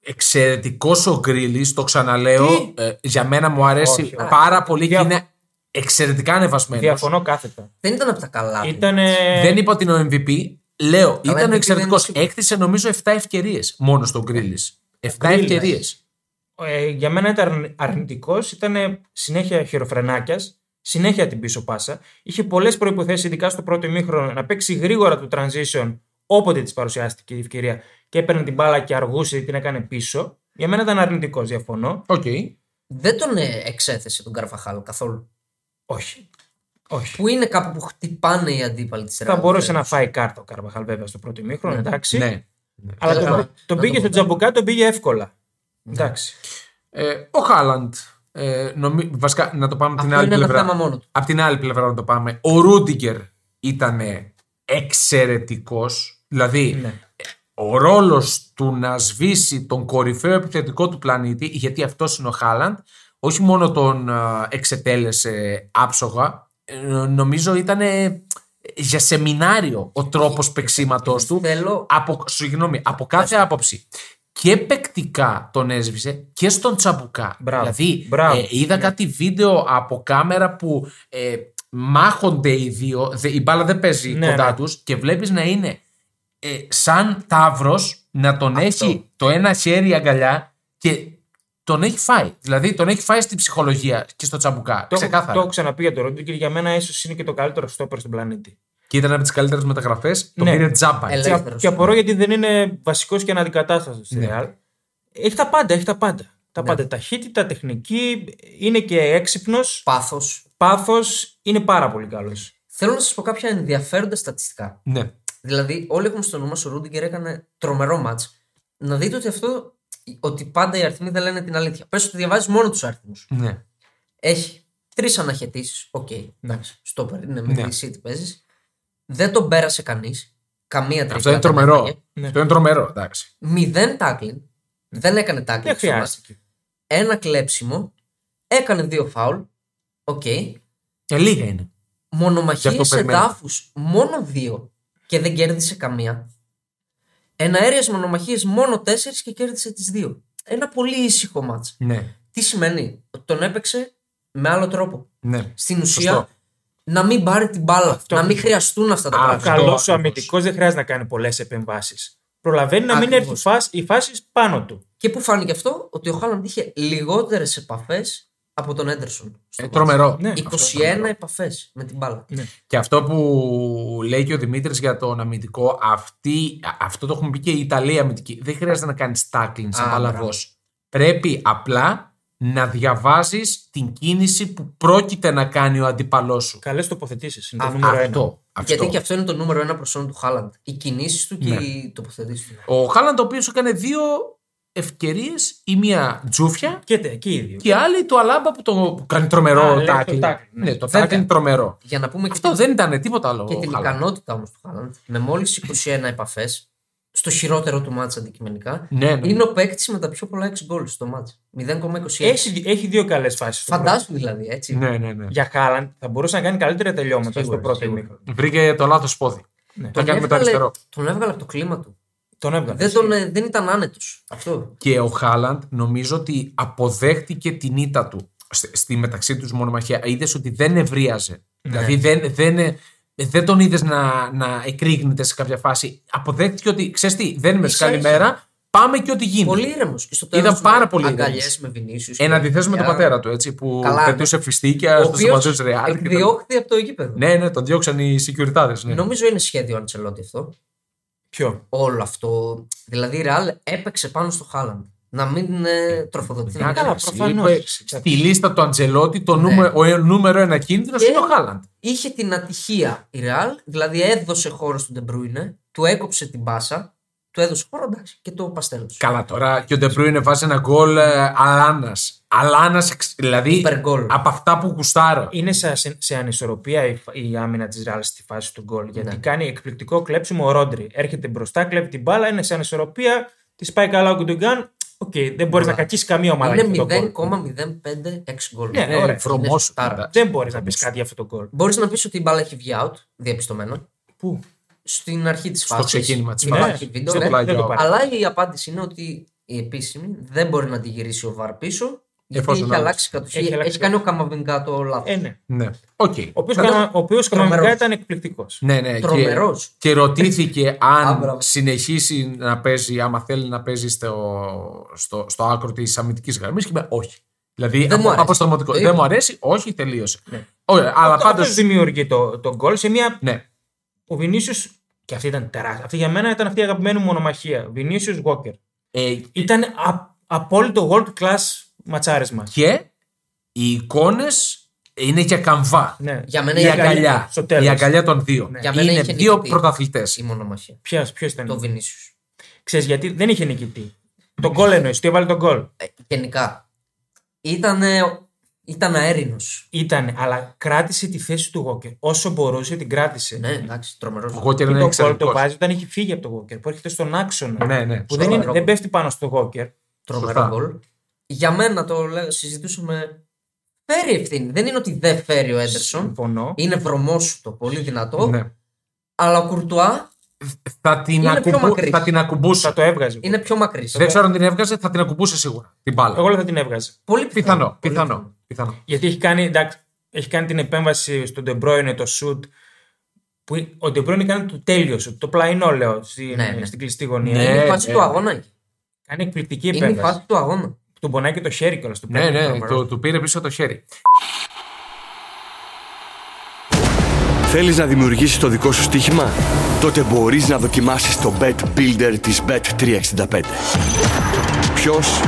Speaker 2: εξαιρετικός ο Γκρίλη, το ξαναλέω.
Speaker 1: Τι?
Speaker 2: ε, για μένα μου αρέσει
Speaker 1: Όχι, όχι.
Speaker 2: πάρα πολύ
Speaker 1: Διαφ-
Speaker 2: και είναι εξαιρετικά ανεβασμένος.
Speaker 1: Διαφωνώ κάθετα.
Speaker 3: Δεν ήταν από τα καλά. του.
Speaker 1: Ήτανε...
Speaker 2: Δεν είπα ότι είναι ο MVP. Λέω, ήταν
Speaker 3: MVP
Speaker 2: ο εξαιρετικό.
Speaker 3: δεν είναι
Speaker 2: Έκτισε νομίζω 7 ευκαιρίες μόνο στον Γκρίλη. 7
Speaker 1: Grealish.
Speaker 2: ευκαιρίες.
Speaker 1: Ε, για μένα ήταν αρνητικό. Ήταν συνέχεια χειροφρενάκιας. Συνέχεια την πίσω πάσα. Είχε πολλές προποθέσει, ειδικά στο πρώτο ημίχρονο, να παίξει γρήγορα το transition όποτε της παρουσιάστηκε η ευκαιρία και έπαιρνε την μπάλα και αργούσε ή την έκανε πίσω. Για μένα ήταν αρνητικός, διαφωνώ.
Speaker 2: Οκ.
Speaker 3: Δεν τον ε, εξέθεσε τον Καρβαχάλ καθόλου.
Speaker 1: Όχι. Όχι.
Speaker 3: Που είναι κάπου που χτυπάνε οι αντίπαλοι της
Speaker 1: Θα μπορούσε να φάει κάρτα ο Καρβαχάλ βέβαια στο πρώτο ημίχρονο, εντάξει.
Speaker 2: Ναι.
Speaker 1: Αλλά
Speaker 3: Ναι,
Speaker 1: τον,
Speaker 3: ναι.
Speaker 1: τον
Speaker 3: Να
Speaker 1: πήγε
Speaker 3: το
Speaker 1: στο
Speaker 3: πω.
Speaker 1: τζαμπουκά, τον πήγε εύκολα.
Speaker 2: Ναι.
Speaker 1: Εντάξει.
Speaker 2: Ε, ο Χάλαντ. Ε, νομι... Βασικά, να το πάμε από την
Speaker 3: Αυτό
Speaker 2: άλλη
Speaker 3: είναι ένα
Speaker 2: πλευρά.
Speaker 3: θέμα μόνο του.
Speaker 2: Από την άλλη πλευρά να το πάμε. Ο Ρούντιγκερ ήταν εξαιρετικός. Δηλαδή,
Speaker 1: Ναι.
Speaker 2: ο ρόλος του να σβήσει τον κορυφαίο επιθετικό του πλανήτη, γιατί αυτός είναι ο Χάλαντ, όχι μόνο τον ε, εξετέλεσε άψογα, ε, νομίζω ήταν για σεμινάριο ο
Speaker 3: Ε,
Speaker 2: τρόπο παίξήματός του.
Speaker 3: Θέλω.
Speaker 2: Από, συγγνώμη, από κάθε άποψη. Και παικτικά τον έσβησε και στον τσαμπουκά.
Speaker 1: Μπράβο,
Speaker 2: Δηλαδή,
Speaker 1: μπράβο. Ναι.
Speaker 2: ε, είδα κάτι βίντεο από κάμερα που ε, μάχονται οι δύο, δε- η μπάλα δεν παίζει
Speaker 1: Ναι,
Speaker 2: κοντά
Speaker 1: ναι.
Speaker 2: τους και βλέπεις να είναι ε, σαν τάβρος να τον έχει το ένα χέρι αγκαλιά και τον έχει φάει. Δηλαδή, τον έχει φάει στην ψυχολογία και στο τσαμπουκά.
Speaker 1: Το, έχω-
Speaker 2: ξεκάθαρα.
Speaker 1: το έχω ξαναπεί για τον Ρόντιγκερ. Για μένα ίσως είναι και το καλύτερο στόπερ στον πλανήτη.
Speaker 2: Και ήταν από τις καλύτερες μεταγραφές. Το
Speaker 1: Ναι.
Speaker 2: πήρε τζάμπα.
Speaker 3: Ελε-
Speaker 1: Και,
Speaker 3: Ελεύθερος.
Speaker 1: α- και απορώ γιατί δεν είναι βασικός και αναδικατάστατο στη
Speaker 2: Ναι.
Speaker 1: Real. Έχει τα πάντα, έχει τα πάντα. Τα πάντα. Ταχύτητα, τεχνική, είναι και έξυπνος.
Speaker 3: Πάθος.
Speaker 1: Πάθος είναι πάρα πολύ καλός.
Speaker 3: Θέλω να σας πω κάποια ενδιαφέροντα στατιστικά.
Speaker 2: Ναι.
Speaker 3: Δηλαδή, όλοι έχουμε στο νου μας ο Ρούντιγκερ έκανε τρομερό μάτ. Να δείτε ότι αυτό. Ότι πάντα οι αριθμοί δεν λένε την αλήθεια. Πες ότι διαβάζεις μόνο τους αριθμούς.
Speaker 2: ναι.
Speaker 3: Έχει τρεις αναχαιτήσεις. Οκ. εντάξει, Στο περ- είναι με
Speaker 2: Ναι.
Speaker 3: τη City παίζεις. Δεν τον πέρασε κανείς. Καμία τρίχα.
Speaker 2: Αυτό είναι τρομερό.
Speaker 1: Ναι.
Speaker 2: Αυτό είναι τρομερό, εντάξει.
Speaker 3: Μηδέν τάκλινγκ. Δεν έκανε τάκλινγκ.
Speaker 1: Δεν
Speaker 3: στο μάτς.
Speaker 1: χρειάστηκε.
Speaker 3: Ένα κλέψιμο. Έκανε δύο φάουλ. Οκ.
Speaker 2: Και λίγα είναι. Γι'
Speaker 3: Μονομαχίε
Speaker 2: αυτό περιμένω.
Speaker 3: εδάφου. Μόνο δύο. Και δεν κέρδισε καμία. Εναέρειε μονομαχίες μόνο τέσσερις και κέρδισε τις δύο. Ένα πολύ ήσυχο μάτς.
Speaker 2: Ναι.
Speaker 3: Τι σημαίνει, ότι τον έπαιξε με άλλο τρόπο.
Speaker 2: ναι.
Speaker 3: Στην ουσία,
Speaker 2: Σωστό.
Speaker 3: να μην πάρει την μπάλα, να μην χρειαστούν αυτά τα
Speaker 2: Α,
Speaker 3: πράγματα.
Speaker 2: αυτό
Speaker 1: Καλός
Speaker 2: ακριβώς.
Speaker 1: ο αμυντικός δεν χρειάζεται να κάνει πολλές επεμβάσεις. Προλαβαίνει να μην
Speaker 3: Ακριβώς.
Speaker 1: έρθει η φάση- οι φάσει πάνω του.
Speaker 3: Και πού φάνηκε αυτό, ότι ο Χάλαντ είχε λιγότερες επαφές από τον Έντερσον. στο
Speaker 2: Ε,
Speaker 3: μάτς.
Speaker 2: τρομερό.
Speaker 1: Ναι.
Speaker 2: Αυτό
Speaker 3: 21 επαφές με την μπάλα.
Speaker 2: Και αυτό που λέει και ο Δημήτρης για τον αμυντικό, αυτή, α- αυτό το έχουμε πει και οι Ιταλοί αμυντικοί. Δεν χρειάζεται να κάνεις τάκλιν σαν
Speaker 3: Α,
Speaker 2: παλαβό.
Speaker 3: μπράβο.
Speaker 2: Πρέπει απλά να διαβάζεις την κίνηση που πρόκειται να κάνει ο αντίπαλό σου.
Speaker 1: Καλές τοποθετήσεις. Είναι το
Speaker 3: Α,
Speaker 1: νούμερο ένα.
Speaker 2: Αυτό. αυτό.
Speaker 3: Γιατί και αυτό είναι το νούμερο ένα προσόν του Χάλαντ. Οι κινήσεις του και
Speaker 2: Ναι.
Speaker 3: οι τοποθετήσεις του.
Speaker 2: Ο Χάλαντ, ο οποίος έκανε δύο ευκαιρίες, η μία τζούφια
Speaker 1: Και τε- και οι δύο.
Speaker 2: και η άλλη του Αλάμπα που, το, που κάνει
Speaker 1: Α,
Speaker 2: τρομερό
Speaker 1: λέει το
Speaker 2: τάκλιν.
Speaker 1: tackling, ναι.
Speaker 2: Ναι, το
Speaker 3: Βέβαια.
Speaker 2: τάκλιν τρομερό.
Speaker 3: Για να πούμε και,
Speaker 2: Αυτό
Speaker 3: την,
Speaker 2: δεν ήταν τίποτα άλλο.
Speaker 3: και
Speaker 2: ο
Speaker 3: την
Speaker 2: Χάλαντ.
Speaker 3: ικανότητα όμως του Χάλαντ, με μόλις 21 επαφές, στο χειρότερο του μάτσα αντικειμενικά,
Speaker 2: Ναι, ναι.
Speaker 3: είναι ο παίκτης με τα πιο πολλά 6 γκολ στο μάτσα. 0,26.
Speaker 1: Έχει, έχει δύο καλές φάσεις.
Speaker 3: Φαντάζομαι δηλαδή έτσι.
Speaker 2: Ναι, ναι, ναι.
Speaker 1: Για Χάλαντ θα μπορούσε να κάνει καλύτερα τελειώματα στο
Speaker 3: Σίγουρα,
Speaker 1: πρώτο
Speaker 3: σίγουρα.
Speaker 1: ημίχρονο.
Speaker 2: Βρήκε το λάθος πόδι.
Speaker 1: Ναι.
Speaker 2: Το έκανε με το
Speaker 3: έβγαλε-
Speaker 2: αριστερό.
Speaker 3: Τον έβγαλε από το κλίμα του.
Speaker 1: Τον έβγαλε.
Speaker 3: Δεν, τον, ε, δεν ήταν άνετος. Αυτό.
Speaker 2: Και ο Χάλαντ νομίζω ότι αποδέχτηκε την ήττα του στη, στη μεταξύ τους μονομαχία. Είδες ότι δεν ευρίαζε.
Speaker 3: Ναι.
Speaker 2: Δηλαδή δεν, δεν, ε, δεν τον είδες να, να εκρήγνεται σε κάποια φάση. Αποδέχτηκε ότι ξέρεις τι, δεν είμαι σε καλή
Speaker 3: Ίσα-ίσα.
Speaker 2: μέρα, πάμε και ό,τι γίνει.
Speaker 3: Πολύ ήρεμος. Στο
Speaker 2: Ήταν
Speaker 3: τέλος τους
Speaker 2: πάρα
Speaker 3: με
Speaker 2: πολύ ήρεμος.
Speaker 3: αγκαλιές με Βινίσιους.
Speaker 2: Εν αντιθέσει με τον πατέρα του, έτσι, που
Speaker 3: Καλά, ναι.
Speaker 2: πετούσε φιστίκια στο σαματζό τη Ρεάλ. και τα-
Speaker 3: Εκδιώχθη από το γήπεδο.
Speaker 2: Ναι, ναι, τον διώξαν οι securities. Ναι.
Speaker 3: Νομίζω είναι σχέδιο Αντσελότη αυτό.
Speaker 1: Ποιο.
Speaker 3: Όλο αυτό. Δηλαδή η Ρεάλ έπαιξε πάνω στο Χάλαντ. Να μην ε, τροφοδοτεί. Να
Speaker 1: καλά,
Speaker 3: καλά.
Speaker 2: Εντάξει,
Speaker 1: προφανώς.
Speaker 2: είπε Στη λίστα του Αντζελότη το
Speaker 3: Ναι. Ε.
Speaker 2: νούμε- ο ε, νούμερο ένα κίνδυνος
Speaker 3: Και-
Speaker 2: είναι ο Χάλαντ.
Speaker 3: Είχε την ατυχία η Ρεάλ, δηλαδή έδωσε χώρο στον Ντεμπρούινε, του έκοψε την πάσα, του έδωσε χώρο εντάξει, και το παστέλωσε.
Speaker 2: Καλά τώρα και ο Ντεμπρούινε βάζει ένα γκολ ε, Αλάνας. Αλάνας, δηλαδή
Speaker 3: Υπερ γκολ.
Speaker 2: από αυτά που γουστάρω.
Speaker 1: Είναι σε, ασε- σε ανισορροπία η, η άμυνα της Ρεάλ στη φάση του γκολ. Γιατί
Speaker 3: Ναι.
Speaker 1: κάνει εκπληκτικό κλέψιμο ο Ρόντρι. Έρχεται μπροστά, κλέβει την μπάλα, είναι σε ανισορροπία, της πάει καλά ο Κουντουγκάν. Οκ, δεν μπορείς
Speaker 3: Ναι.
Speaker 1: να κακίσεις καμία ομάδα για αυτό το
Speaker 3: Είναι
Speaker 1: γκολ.
Speaker 3: 0,056 γκολ.
Speaker 1: Ναι, ναι, ωραία.
Speaker 2: Βρωμόσου,
Speaker 3: Μπορεί
Speaker 2: εντάξει.
Speaker 1: Δεν μπορείς να πεις κάτι για αυτό το γκολ.
Speaker 3: Μπορείς να πεις ότι η μπάλα έχει βγει out, διαπιστωμένο,
Speaker 1: Πού?
Speaker 3: στην αρχή της
Speaker 2: Στο
Speaker 3: φάσης.
Speaker 2: ξεκίνημα της
Speaker 1: Ναι,
Speaker 3: φάσης.
Speaker 2: φάσης.
Speaker 3: Υπάρχει βίντεο,
Speaker 1: στο
Speaker 3: ναι.
Speaker 2: πλάγιο.
Speaker 1: δεν το πάρεις.
Speaker 3: Αλλά η απάντηση είναι ότι η επίσημη δεν μπορεί να τη γυρίσει ο Βαρ πίσω. Γιατί
Speaker 2: Εφόσον
Speaker 3: έχει
Speaker 2: άλλαξε.
Speaker 3: αλλάξει κατ' ουσία.
Speaker 1: Έχει
Speaker 3: Έχει,
Speaker 1: αλλάξει
Speaker 3: κάνει ο Καμαβινγκά το λάθος.
Speaker 1: Ε, ναι.
Speaker 2: Ναι.
Speaker 1: Ο
Speaker 2: Οκ.
Speaker 1: οποίο
Speaker 2: Εντάξει.
Speaker 1: κανονικά
Speaker 3: Τρομερός.
Speaker 1: ήταν εκπληκτικός.
Speaker 2: Ναι, ναι. Και,
Speaker 3: Τρομερός.
Speaker 2: και ρωτήθηκε αν
Speaker 3: μπράβο.
Speaker 2: συνεχίσει να παίζει, άμα θέλει να παίζει στο, στο, στο άκρο της αμυντικής γραμμής. Και είπε όχι. Δηλαδή,
Speaker 3: Δεν μου αρέσει. Ε. Ναι.
Speaker 2: αποστρωματικό.
Speaker 3: Το
Speaker 2: Δεν
Speaker 3: είπε.
Speaker 2: μου αρέσει, όχι, τελείωσε. Ωραία, αλλά
Speaker 1: Αυτό
Speaker 2: πάντως.
Speaker 1: αυτός δημιουργεί το, το γκολ σε μια.
Speaker 2: Ναι,
Speaker 1: Ο Βινίσιο. Και αυτή ήταν τεράστια. Αυτή για μένα ήταν αυτή η αγαπημένη μου μονομαχία. Βινίσιο Walker.
Speaker 2: Ε,
Speaker 1: Ήταν α- απόλυτο world class ματσάρισμα.
Speaker 2: και οι εικόνες είναι για καμβά.
Speaker 1: Ναι.
Speaker 3: Για μένα
Speaker 2: Η
Speaker 3: η
Speaker 2: αγκαλιά.
Speaker 1: στο τέλος.
Speaker 2: Η αγκαλιά των δύο.
Speaker 1: Ναι.
Speaker 3: Για μένα
Speaker 2: Είναι
Speaker 3: είχε
Speaker 2: δύο
Speaker 3: νικητή.
Speaker 2: πρωταθλητές.
Speaker 3: Η μονομαχία.
Speaker 1: Ποιος
Speaker 2: Ε,
Speaker 1: ήταν.
Speaker 2: ναι.
Speaker 3: Το Βινίσιο.
Speaker 1: Ξέρεις γιατί δεν είχε νικητή. Τον γκολ εννοείς, τι έβαλε τον γκολ.
Speaker 3: Ε, γενικά. Ήταν, ήταν αέρινος.
Speaker 1: Ήταν, αλλά κράτησε τη θέση του Walker. Όσο μπορούσε την κράτησε.
Speaker 3: Ναι, εντάξει, τρομερός.
Speaker 2: Εγώ και
Speaker 1: Και
Speaker 2: είναι
Speaker 1: το γκολ το
Speaker 2: εξαιρετικός.
Speaker 1: βάζει όταν έχει φύγει από το Walker, που έρχεται στον άξονα.
Speaker 2: Ναι, ναι.
Speaker 1: Που δεν,
Speaker 3: σωστά.
Speaker 1: είναι, δεν πέφτει πάνω στο Walker.
Speaker 3: Τρομερό
Speaker 2: Σωστά.
Speaker 3: γκολ. Για μένα το λέ- συζητούσαμε. Φέρει ευθύνη. Δεν είναι ότι δεν φέρει ο Έντερσον.
Speaker 1: Συμφωνώ.
Speaker 3: Είναι βρωμόσουτο, πολύ δυνατό.
Speaker 2: Ναι.
Speaker 3: Αλλά ο Κουρτουά
Speaker 2: Θα την,
Speaker 3: Είναι
Speaker 2: ακουμπού-
Speaker 3: πιο μακρύς.
Speaker 2: θα την ακουμπούσα.
Speaker 1: Θα το έβγαζε.
Speaker 3: είναι πιο μακρύς.
Speaker 2: Δεν ξέρω αν την έβγαζε, θα την ακουμπούσε σίγουρα. Την μπάλα.
Speaker 1: Εγώ λέω θα την έβγαζε.
Speaker 3: Πολύ πιθανό.
Speaker 2: Πιθανό,
Speaker 3: πολύ
Speaker 2: πιθανό. πιθανό.
Speaker 1: Γιατί έχει κάνει, εντάξει, έχει κάνει την επέμβαση στον De Bruyne, το shoot. Που ο De Bruyne κάνει το τέλειο σου, το πλαϊνό λέω στην,
Speaker 3: Ναι, ναι.
Speaker 1: στην κλειστή γωνία.
Speaker 2: Ναι.
Speaker 3: Είναι η φάση
Speaker 2: ναι.
Speaker 3: του αγώνα. εκεί.
Speaker 1: Κάνει εκπληκτική
Speaker 3: Είναι η
Speaker 1: επέμβαση.
Speaker 3: φάση του αγώνα.
Speaker 1: Του πονάει και το χέρι κιόλας.
Speaker 2: Ναι, ναι, το, του πήρε πίσω το χέρι.
Speaker 4: Θέλεις να δημιουργήσεις το δικό σου στοίχημα? Τότε μπορείς να δοκιμάσεις το Bet Builder της Bet365. Ποιος,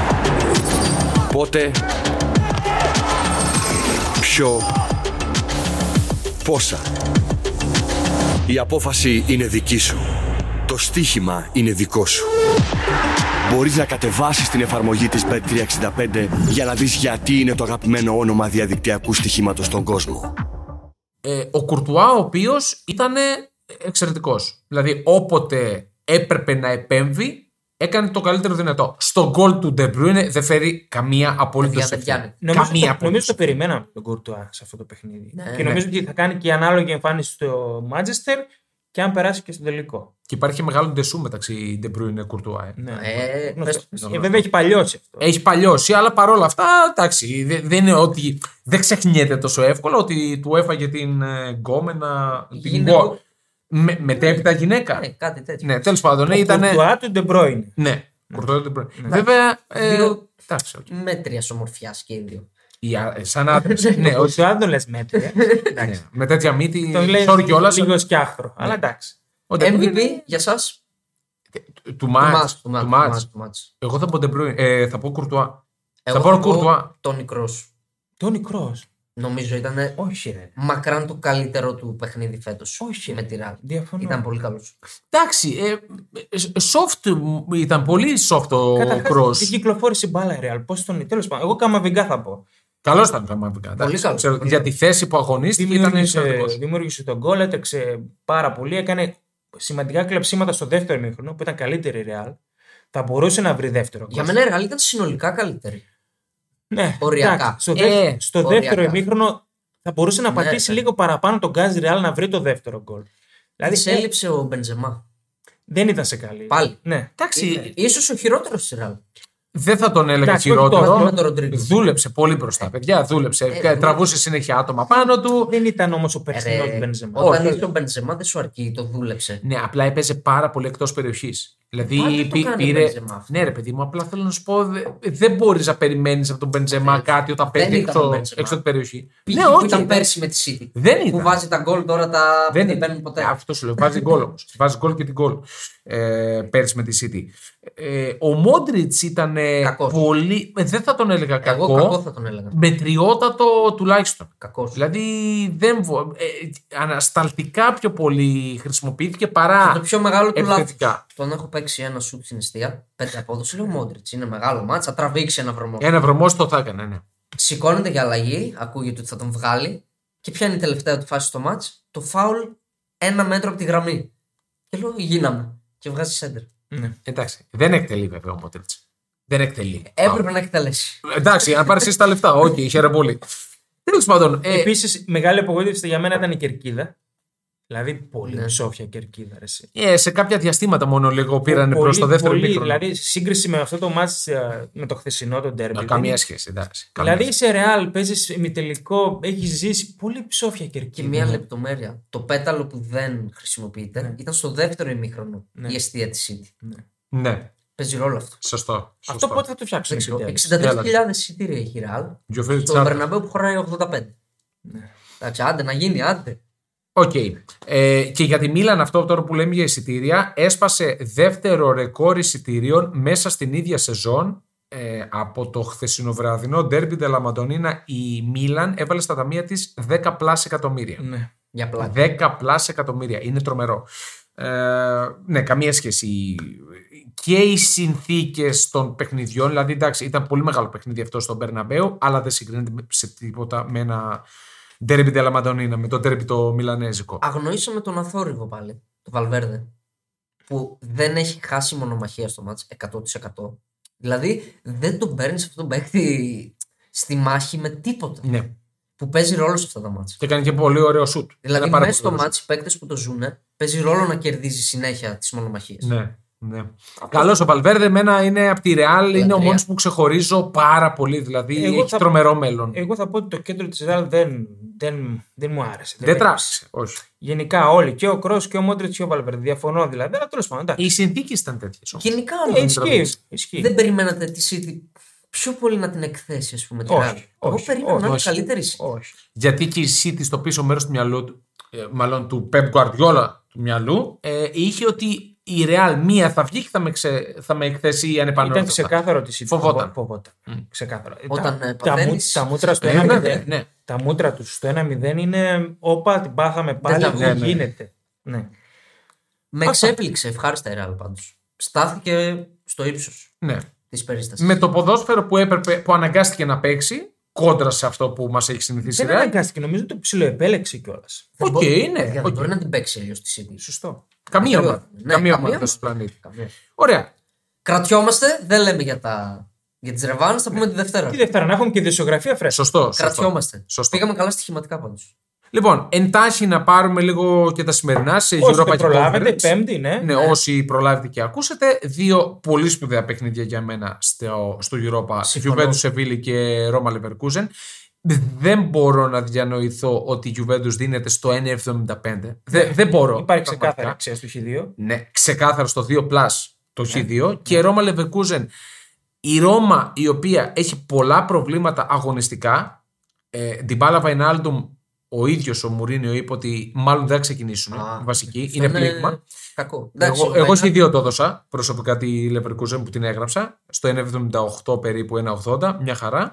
Speaker 4: πότε, ποιο, πόσα. Η απόφαση είναι δική σου. Το στοίχημα είναι δικό σου. Μπορείς να κατεβάσεις την εφαρμογή της Bet365 για να δεις γιατί είναι το αγαπημένο όνομα διαδικτυακού στοιχήματος στον κόσμο.
Speaker 2: Ε, ο Κουρτουά, ο οποίος ήταν εξαιρετικός. Δηλαδή, όποτε έπρεπε να επέμβει, έκανε το καλύτερο δυνατό. Στον γκολ του Ντεμπρούινε δεν φέρει καμία απολύτω
Speaker 3: Παιδιά, δεν πιάνει.
Speaker 1: Νομίζω,
Speaker 2: Καμία
Speaker 1: το, νομίζω
Speaker 2: απολύτω.
Speaker 1: το περιμέναμε τον Κουρτουά σε αυτό το παιχνίδι.
Speaker 3: Ναι,
Speaker 1: και
Speaker 3: ναι.
Speaker 1: νομίζω ότι θα κάνει και ανάλογη εμφάνιση στο Μάντζεστερ και αν περάσει και στο τελικό.
Speaker 2: Και υπάρχει μεγάλο ντεσού μεταξύ Ντεμπρούινε και Κουρτουά. ε.
Speaker 1: Ναι.
Speaker 3: Ε,
Speaker 1: Γνωστό.
Speaker 3: πες-
Speaker 1: Ε, βέβαια έχει παλιώσει αυτό.
Speaker 2: Έχει παλιώσει, αλλά παρόλα αυτά, εντάξει, δε- δεν είναι ότι. Δεν ξεχνιέται τόσο εύκολα ότι του έφαγε την ε, γκόμενα. Την
Speaker 3: Γυναικό.
Speaker 2: γκο- με, μετέπειτα γυναίκα.
Speaker 3: Ναι, κάτι τέτοιο.
Speaker 2: Ναι, τέλος πάντων,
Speaker 1: Ο
Speaker 2: ήταν.
Speaker 1: Κουρτουά του De Bruyne.
Speaker 2: Ναι, Κουρτουά δεν μπορεί. Βέβαια. ε,
Speaker 3: Δύο-
Speaker 2: Εντάξει, οκ.
Speaker 3: Μέτρια ομορφιά και οι δύο.
Speaker 2: Η α- ε, Σαν άντρες,
Speaker 1: Ο
Speaker 2: ναι, όχι.
Speaker 1: Κουρτουά δεν το λες μέτρια.
Speaker 2: ναι. Με τέτοια μύτη,
Speaker 1: Τον λέει
Speaker 2: sorry κιόλας. ε. Ναι.
Speaker 1: λίγο σκιάχτρο. Αλλά εντάξει.
Speaker 2: Ο De Bruyne-
Speaker 3: MVP για εσά.
Speaker 2: Του
Speaker 3: Του
Speaker 2: match,
Speaker 3: μάτς, του
Speaker 2: Του
Speaker 3: μάτς,
Speaker 2: match.
Speaker 3: του μάτς.
Speaker 2: Εγώ θα πω De Bruyne, ε, θα πω Κουρτουά.
Speaker 3: Εγώ
Speaker 2: πω
Speaker 3: θα πω
Speaker 2: Courtois.
Speaker 3: Τόνι Κρός.
Speaker 1: Τόνι Κρός.
Speaker 3: Νομίζω ήταν
Speaker 1: Όχι ρε.
Speaker 3: μακράν το καλύτερο του παιχνίδι φέτος.
Speaker 1: Όχι.
Speaker 3: Με τη Ραλ.
Speaker 1: Διαφωνώ.
Speaker 3: Ήταν πολύ καλός.
Speaker 2: Εντάξει, ε, ε, soft ήταν πολύ soft ο
Speaker 1: την
Speaker 2: Cross.
Speaker 1: κυκλοφόρησε η μπάλα ρεαλ. Πώς τον. Τέλος πάντων, εγώ καμαβιγκά θα πω.
Speaker 2: Καλό ήταν πραγματικά. εντάξει.
Speaker 3: καλός,
Speaker 2: Ξέρω,
Speaker 3: πολύ
Speaker 2: Για τη θέση που αγωνίστηκε ήταν
Speaker 1: Δημιούργησε,
Speaker 2: εξαιρετικός.
Speaker 1: δημιούργησε τον γκολ, έτρεξε πάρα πολύ. Έκανε σημαντικά κλεψίματα στο δεύτερο μήχρονο που ήταν καλύτερη η Real. Θα μπορούσε να βρει δεύτερο γκολ.
Speaker 3: Για μένα η Ραλ ήταν συνολικά καλύτερη.
Speaker 1: ναι,
Speaker 3: οριακά.
Speaker 1: εντάξει, στο,
Speaker 2: Ε,
Speaker 1: δεύ- στο
Speaker 3: οριακά.
Speaker 1: δεύτερο ημίχρονο θα μπορούσε να
Speaker 3: Ναι,
Speaker 1: πατήσει
Speaker 3: ναι.
Speaker 1: λίγο παραπάνω τον Γκάζ Real να βρει το δεύτερο γκολ.
Speaker 3: Δηλαδή
Speaker 1: ε,
Speaker 3: έλειψε ο Μπεντζεμά.
Speaker 1: δεν ήταν σε καλή.
Speaker 3: Πάλι.
Speaker 1: Ναι.
Speaker 2: Εντάξει,
Speaker 3: σω Ε, ο χειρότερος της Ραλ.
Speaker 2: δεν θα τον έλεγα
Speaker 1: Εντάξει, όχι
Speaker 2: χειρότερο.
Speaker 1: τώρα,
Speaker 3: με τον Ροντρίγκο.
Speaker 2: Δούλεψε πολύ μπροστά, παιδιά. Δούλεψε.
Speaker 3: ε,
Speaker 2: Τραβούσε συνέχεια άτομα πάνω του.
Speaker 1: Δεν ήταν όμως ο περσινό
Speaker 3: Ρε,
Speaker 1: Μπενζεμά. Ναι.
Speaker 3: Όταν
Speaker 2: Όχι.
Speaker 3: ήρθε ο Μπεντζεμά δεν σου αρκεί, το δούλεψε.
Speaker 2: Ναι, απλά έπαιζε πάρα πολύ εκτός περιοχής. Δηλαδή
Speaker 3: Πάντα το
Speaker 2: πή-
Speaker 3: κάνει ο
Speaker 2: πήρε.
Speaker 3: Μπενζεμά αυτό.
Speaker 2: Ναι, ρε παιδί μου, απλά θέλω να σου πω. δε- Δεν μπορείς να περιμένεις από τον Μπεντζεμά κάτι όταν παίρνει
Speaker 3: ήταν ο
Speaker 2: εκτό
Speaker 3: Μπενζεμά.
Speaker 2: την περιοχής.
Speaker 3: Πήγε
Speaker 2: Ναι,
Speaker 3: που
Speaker 2: όχι,
Speaker 3: ήταν
Speaker 2: δεν-
Speaker 3: πέρσι με τη City.
Speaker 2: Δεν
Speaker 3: Που
Speaker 2: ήταν.
Speaker 3: βάζει τα γκολ τώρα τα δεν,
Speaker 2: είναι.
Speaker 3: παίρνουν ποτέ.
Speaker 2: Ε, Αυτό σου λέω. Βάζει γκολ όμως. Βάζει γκολ και την γκολ ε, πέρσι με τη City. Ε, ο Μόντριτ ήταν ε,
Speaker 3: Κακός.
Speaker 2: πολύ. ε, Δεν θα τον έλεγα
Speaker 3: Εγώ
Speaker 2: κακό.
Speaker 3: κακό, θα τον έλεγα.
Speaker 2: Μετριότατο τουλάχιστον.
Speaker 3: Κακός.
Speaker 2: Δηλαδή δεν, βο- ε, ανασταλτικά πιο πολύ χρησιμοποιήθηκε παρά.
Speaker 3: το πιο μεγάλο του λάθος.
Speaker 2: επιθετικά.
Speaker 3: Τον έχω παίξει ένα σουτ στην αιστεία. Πέντε απόδοση. Λέω Μόντριτ. Είναι μεγάλο μάτσα. Τραβήξει ένα βρωμό.
Speaker 2: Ένα βρωμόστο θα έκανε, ναι.
Speaker 3: Σηκώνεται για αλλαγή. Ακούγεται ότι θα τον βγάλει. Και ποια είναι η τελευταία του φάση στο μάτς Το φάουλ ένα μέτρο από τη γραμμή. Και λέω γίναμε. Και βγάζει σέντερ.
Speaker 1: Ναι.
Speaker 2: Εντάξει. Δεν εκτελεί βέβαια ο Μόντριτ. Δεν εκτελεί.
Speaker 3: Έπρεπε να εκτελέσει.
Speaker 2: Εντάξει, αν πάρεις εσύ τα λεφτά. Οκ, χαίρομαι πολύ. Τέλος πάντων. ε,
Speaker 1: Επίσης, μεγάλη απογοήτευση για μένα ήταν η κερκίδα. Δηλαδή, πολύ
Speaker 3: Ναι.
Speaker 1: ψόφια κερκίδα. Ρε, εσύ.
Speaker 2: ε, σε κάποια διαστήματα μόνο λίγο πήραν
Speaker 1: Πολύ-
Speaker 2: προς το δεύτερο
Speaker 1: πολύ,
Speaker 2: μήκρο.
Speaker 1: Δηλαδή, σύγκριση με αυτό το μάτς ε, με το χθεσινό, τον τέρμι.
Speaker 2: Καμία σχέση, εντάξει. καμία
Speaker 1: Δηλαδή, είσαι ρεάλ, παίζει με τελικό, έχεις ζήσει πολύ ψόφια
Speaker 3: Και
Speaker 1: κερκίδα.
Speaker 3: μία λεπτομέρεια. Το πέταλο που δεν χρησιμοποιείται ήταν στο δεύτερο ημίχρονο
Speaker 1: Ναι.
Speaker 3: η αιστεία της City.
Speaker 2: Ναι,
Speaker 3: Παίζει ρόλο αυτό.
Speaker 2: σωστό.
Speaker 1: Αυτό
Speaker 2: σωστό.
Speaker 1: πότε θα το φτιάξουν.
Speaker 3: Δεν ξέρω.
Speaker 1: επιτέλους.
Speaker 3: 63.000 εισιτήρια έχει η Real.
Speaker 2: Γιωβέλη
Speaker 3: Στο
Speaker 2: Τσάρτα.
Speaker 3: Μπερναμπέου που χωράει 85.
Speaker 2: Ναι.
Speaker 3: Εντάξει, άντε να γίνει, άντε.
Speaker 2: Οκ. Ε, και για τη Μίλαν αυτό τώρα που λέμε για εισιτήρια, έσπασε δεύτερο ρεκόρ εισιτήριων μέσα στην ίδια σεζόν. Ε, από το χθεσινοβραδινό ντέρμπι Ντελαμαντονίνα η Μίλαν έβαλε στα ταμεία της 10 πλάς εκατομμύρια.
Speaker 1: Ναι.
Speaker 3: Για πλάκα.
Speaker 2: 10 πλάς εκατομμύρια. Είναι τρομερό. Ε, ναι, καμία σχέση. Και οι συνθήκες των παιχνιδιών, δηλαδή εντάξει, ήταν πολύ μεγάλο παιχνίδι αυτό στον Περναμπέο, αλλά δεν συγκρίνεται με- σε τίποτα με ένα ντέρμπι Ντελαμαντονίνα, με το ντέρμπι το Μιλανέζικο.
Speaker 3: Αγνοήσαμε τον αθόρυβο πάλι, τον Βαλβέρδε. Που δεν έχει χάσει μονομαχία στο μάτς 100%. Δηλαδή δεν τον παίρνεις αυτόν τον παίκτη στη μάχη με τίποτα.
Speaker 2: Ναι.
Speaker 3: Που παίζει ρόλο σε αυτά τα μάτς.
Speaker 2: Και κάνει και πολύ ωραίο σουτ.
Speaker 3: Δηλαδή
Speaker 2: Ένα πάρα
Speaker 3: μέσα στο
Speaker 2: πολύ ωραίο
Speaker 3: μάτς οι παίκτες που το ζουν παίζει ρόλο να κερδίζει συνέχεια τις μονομαχίες.
Speaker 2: σουτ. Ναι. Ναι. Καλός ο Βαλβέρδε, εμένα είναι από τη Ρεάλ, είναι ο
Speaker 3: Λατρεία.
Speaker 2: μόνος που ξεχωρίζω πάρα πολύ. Δηλαδή
Speaker 1: Εγώ
Speaker 2: έχει
Speaker 1: θα- Ε,
Speaker 2: τρομερό μέλλον.
Speaker 1: Εγώ θα πω ότι το κέντρο της Ρεάλ δεν, δεν, δεν μου άρεσε.
Speaker 2: Δεν
Speaker 1: με άρεσε.
Speaker 2: τράβηξε. Όχι.
Speaker 1: Γενικά όλοι, και ο Κρό και ο Μόντριτ και ο Βαλβερντ. Διαφωνώ δηλαδή, αλλά τέλος πάντων. εντάξει.
Speaker 2: Οι συνθήκες ήταν τέτοιες.
Speaker 3: Γενικά
Speaker 1: Ε,
Speaker 3: όμως,
Speaker 1: Ισχύει.
Speaker 2: ναι.
Speaker 1: ισχύει.
Speaker 3: δεν περιμένατε τη City πιο πολύ να την εκθέσει, ας πούμε. τη
Speaker 1: Όχι,
Speaker 3: Real. Εγώ
Speaker 1: όχι,
Speaker 3: περίμενα να είναι
Speaker 2: όχι.
Speaker 3: καλύτερη. City.
Speaker 1: Όχι.
Speaker 2: Γιατί και η City στο πίσω μέρος του μυαλού του, ε, μάλλον του Pep Guardiola του μυαλού, ε, είχε ότι η Real μία θα βγει και θα με, ξε, θα με εκθέσει
Speaker 1: Ήταν
Speaker 2: ανεπανόρθωτα.
Speaker 1: ξεκάθαρο ότι η City φοβό-
Speaker 2: Φοβόταν.
Speaker 1: φοβόταν. Ξεκάθαρο.
Speaker 3: Όταν,
Speaker 1: τα,
Speaker 3: ε,
Speaker 1: τα, μου,
Speaker 3: παθαίνεις-
Speaker 1: τα μούτρα στο
Speaker 2: Ε, ναι,
Speaker 1: 1-0.
Speaker 2: ναι, ναι.
Speaker 1: Τα μούτρα τους στο 1-0 είναι. Όπα, την πάθαμε πάλι.
Speaker 3: τα
Speaker 1: Δεν
Speaker 3: βγάλαμε.
Speaker 1: γίνεται. Ναι.
Speaker 3: Με εξέπληξε ευχάριστα η Real πάντως. Στάθηκε στο ύψος
Speaker 2: Ναι.
Speaker 3: της περίστασης.
Speaker 2: Με το ποδόσφαιρο που, έπρεπε, που αναγκάστηκε να παίξει, κόντρα σε αυτό που μας έχει συνηθίσει η
Speaker 1: Δεν
Speaker 2: Real.
Speaker 1: αναγκάστηκε. Νομίζω ότι ψιλοεπέλεξε κιόλας.
Speaker 2: Οκ, ναι.
Speaker 3: Δεν
Speaker 2: οκ.
Speaker 3: μπορεί να την παίξει αλλιώς τη City.
Speaker 1: Σωστό.
Speaker 2: Καμία
Speaker 3: Ναι,
Speaker 2: ομάδα.
Speaker 3: ναι, καμία
Speaker 2: Καμία ομάδα
Speaker 3: ομάδα.
Speaker 2: στον πλανήτη.
Speaker 3: Καμία.
Speaker 2: Ωραία.
Speaker 3: Κρατιόμαστε, δεν λέμε για, τα... για τις Ρεβάν, θα πούμε τη Δευτέρα.
Speaker 2: Ναι.
Speaker 1: Τι Δευτέρα, να έχουμε και δισογραφία φρέσκα.
Speaker 2: Σωστό. σωστό.
Speaker 3: Κρατιόμαστε.
Speaker 2: Σωστό.
Speaker 3: Πήγαμε καλά στοιχηματικά πάντως.
Speaker 2: Λοιπόν, εντάχει να πάρουμε λίγο και τα σημερινά σε
Speaker 1: Όσοι το
Speaker 2: Europa
Speaker 1: προλάβετε,
Speaker 2: Conference.
Speaker 1: Πέμπτη, ναι.
Speaker 2: Ναι, όσοι προλάβετε και ακούσετε, δύο πολύ σπουδαία παιχνίδια για μένα στο, στο Europa.
Speaker 3: Συμφωνώ.
Speaker 2: Juventus Σεβίλη και Roma Leverkusen. Δεν μπορώ να διανοηθώ ότι η Juventus δίνεται στο 1,75.
Speaker 3: Ναι,
Speaker 2: Δεν, δεν μπορώ.
Speaker 1: Υπάρχει ξεκάθαρη
Speaker 2: πραγματικά.
Speaker 1: αξία στο Χ2.
Speaker 2: Ναι, ξεκάθαρα στο 2 plus το
Speaker 3: Ναι.
Speaker 2: Χ2 και Ρώμα Leverkusen. Η Ρώμα η οποία έχει πολλά προβλήματα αγωνιστικά. Ε, Ντιμπάλα Βαϊνάλντουμ ο ίδιος ο Μουρίνιο είπε ότι μάλλον δεν θα ξεκινήσουν.
Speaker 3: Α,
Speaker 2: βασική,
Speaker 3: Αυτό
Speaker 2: είναι πλήγμα.
Speaker 3: Κακό. ναι. Εντάξει,
Speaker 2: Εγώ,
Speaker 3: ο
Speaker 2: εγώ
Speaker 3: Βαϊνάλ-
Speaker 2: στη 2 το έδωσα προσωπικά τη Leverkusen που την έγραψα. Στο 1,78 περίπου 1,80. Μια χαρά.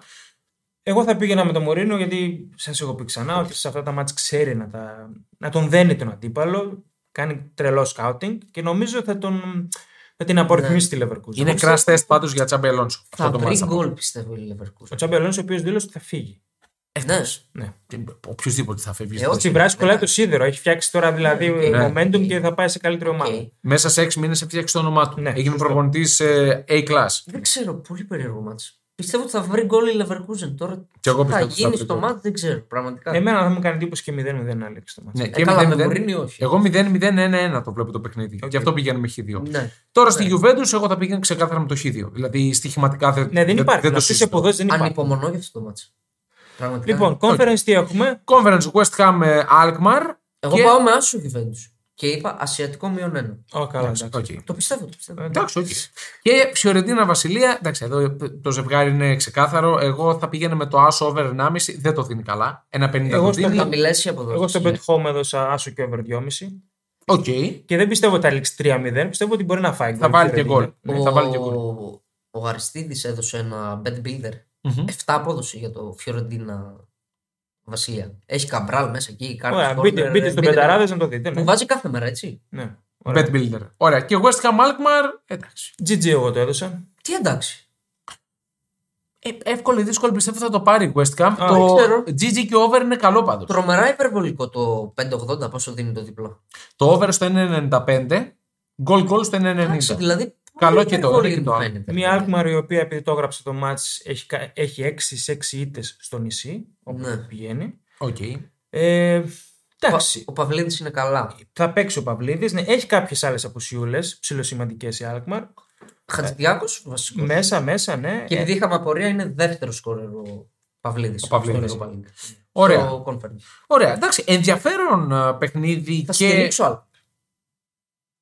Speaker 1: Εγώ θα πήγαινα με τον Μωρίνο γιατί σας έχω πει ξανά ότι σε αυτά τα μάτς ξέρει να, τα... να τον δένει τον αντίπαλο. Κάνει τρελό σκάουτινγκ και νομίζω θα, τον... θα την απορριθμίσει
Speaker 3: Ναι.
Speaker 1: τη Leverkusen.
Speaker 2: Είναι crash test πάντως για Τσάμπε Αλόνσο.
Speaker 3: Θα
Speaker 2: Αυτό το
Speaker 3: βρει
Speaker 2: μάτσα.
Speaker 3: γκολ πιστεύω η Leverkusen.
Speaker 1: Ο Τσάμπελ ο οποίος δήλωσε ότι θα φύγει.
Speaker 3: Ναι.
Speaker 1: Ναι.
Speaker 2: Οποιοδήποτε θα φεύγεις.
Speaker 3: Ε, όχι.
Speaker 1: Στην βράση κολλάει το σίδερο. Έχει φτιάξει τώρα δηλαδή
Speaker 3: Ναι.
Speaker 1: momentum
Speaker 3: Ναι.
Speaker 1: και θα πάει σε καλύτερη ομάδα.
Speaker 3: Οκ.
Speaker 2: Μέσα σε 6 μήνε έφτιαξε το όνομά του.
Speaker 1: Ναι,
Speaker 2: Έγινε ε,
Speaker 1: σωστό.
Speaker 2: προπονητή A-class.
Speaker 3: Δεν ξέρω, πολύ περίεργο μάτς. Πιστεύω ότι θα βρει γκολ η Leverkusen τώρα.
Speaker 2: Κι εγώ
Speaker 3: τι θα
Speaker 2: πιστεύω ότι θα
Speaker 3: γίνει
Speaker 2: βρει
Speaker 3: στο
Speaker 2: γκολ.
Speaker 3: μάτς δεν ξέρω. Πραγματικά.
Speaker 1: Ναι, Εμένα θα μου κάνει εντύπωση και 0-0 να λήξει το μάτς.
Speaker 2: Ναι,
Speaker 3: Ε, καλά,
Speaker 2: 0-0.
Speaker 3: με Μουρίνι όχι.
Speaker 2: Εγώ 0-0-1-1 το βλέπω το παιχνίδι. Γι' αυτό πηγαίνουμε χ2.
Speaker 3: Ναι.
Speaker 2: Τώρα στη Juventus εγώ θα πήγαινα ξεκάθαρα με το χ2. Δηλαδή στοιχηματικά δεν,
Speaker 1: Ναι, δεν υπάρχει.
Speaker 2: το
Speaker 1: Αυτής σε
Speaker 2: συζητώ.
Speaker 1: αποδόσεις δεν υπάρχει.
Speaker 3: Ανυπομονώ για αυτό το μάτς. Πραγματικά.
Speaker 1: Λοιπόν, conference τι έχουμε.
Speaker 2: Conference West Ham ε, Alkmaar.
Speaker 3: εγώ
Speaker 2: και-
Speaker 3: πάω με άσο Juventus. και είπα Ασιατικό μείον ένα.
Speaker 1: Ω, καλά, εντάξει.
Speaker 2: Οκ.
Speaker 3: Το πιστεύω, το πιστεύω.
Speaker 2: Εντάξει, οκ. Και Φιωρεντίνα Βασιλεία. Εντάξει, εδώ ε, το ζευγάρι είναι ξεκάθαρο. Εγώ θα πήγαινα με το άσο over 1,5. Δεν το δίνει καλά. Ένα 50
Speaker 1: Εγώ
Speaker 2: το
Speaker 1: στο
Speaker 2: δίνει.
Speaker 3: Θα μιλέσει από εδώ.
Speaker 1: Εγώ στο
Speaker 3: Ε,
Speaker 1: Bet Home έδωσα άσο και over 2,5.
Speaker 2: Οκ.
Speaker 1: Και δεν πιστεύω ότι θα λήξει 3-0. Πιστεύω ότι μπορεί να φάει.
Speaker 2: Θα
Speaker 1: γκολ
Speaker 2: βάλει
Speaker 1: η
Speaker 2: και
Speaker 1: Φιωρεντίνα.
Speaker 2: γκολ. Ναι, Θα βάλει και γκολ.
Speaker 3: Ο, ο Αριστίδης έδωσε ένα bet builder.
Speaker 2: Μμμ.
Speaker 3: 7 απόδοση για το Φιωρεντίνα Βασίλεια. Έχει καμπράλ μέσα εκεί. κάρτες
Speaker 1: Ωραία,
Speaker 3: corner,
Speaker 1: μπείτε, μπείτε στον
Speaker 3: μπείτε-
Speaker 1: Πενταράδες να το δείτε. Ναι.
Speaker 3: Μου βάζει κάθε μέρα, έτσι.
Speaker 1: Ναι. Ωραία.
Speaker 2: Bet builder. Ωραία. Και West Ham Alkmaar. Εντάξει.
Speaker 1: GG εγώ το έδωσα.
Speaker 3: Τι εντάξει.
Speaker 2: Ε, εύκολο ή δύσκολο πιστεύω θα το πάρει η West Ham.
Speaker 1: Α,
Speaker 2: το
Speaker 3: δεν ξέρω.
Speaker 2: GG και over είναι καλό πάντως.
Speaker 3: Τρομερά υπερβολικό το 580 πόσο δίνει το διπλό.
Speaker 2: Το over στο 1,95. Γκολ γκολ στο 1,90.
Speaker 3: Εντάξει, δηλαδή.
Speaker 2: Καλό
Speaker 3: πολύ
Speaker 2: και το-
Speaker 3: υπερβολή
Speaker 2: και το άλλο.
Speaker 3: φαίνεται.
Speaker 1: Μια Αλκμαρ η οποία επειδή το έγραψε το μάτς έχει, κα- έχει 6-6 ήττες στο νησί όπου
Speaker 3: Ναι.
Speaker 1: πηγαίνει.
Speaker 2: Οκ.
Speaker 1: Ε,
Speaker 3: Ο Πα-
Speaker 1: εντάξει,
Speaker 3: Ο Παυλίδης είναι καλά.
Speaker 1: θα παίξει ο Παυλίδης. Ναι, έχει κάποιες άλλες απουσιούλες ψηλοσημαντικές η Αλκμαρ.
Speaker 2: Ε.
Speaker 3: Χατζηδιάκος, βασικός.
Speaker 1: Μέσα, μέσα, ναι.
Speaker 3: Και επειδή είχαμε απορία, είναι δεύτερο σκόρερ ο Παυλίδης.
Speaker 2: Ο Παυλίδης. Ωραία.
Speaker 3: Ωραία. Conference.
Speaker 2: Ωραία. Εντάξει. Ενδιαφέρον α, παιχνίδι
Speaker 3: Θα
Speaker 2: και.
Speaker 3: στηρίξω άλλο.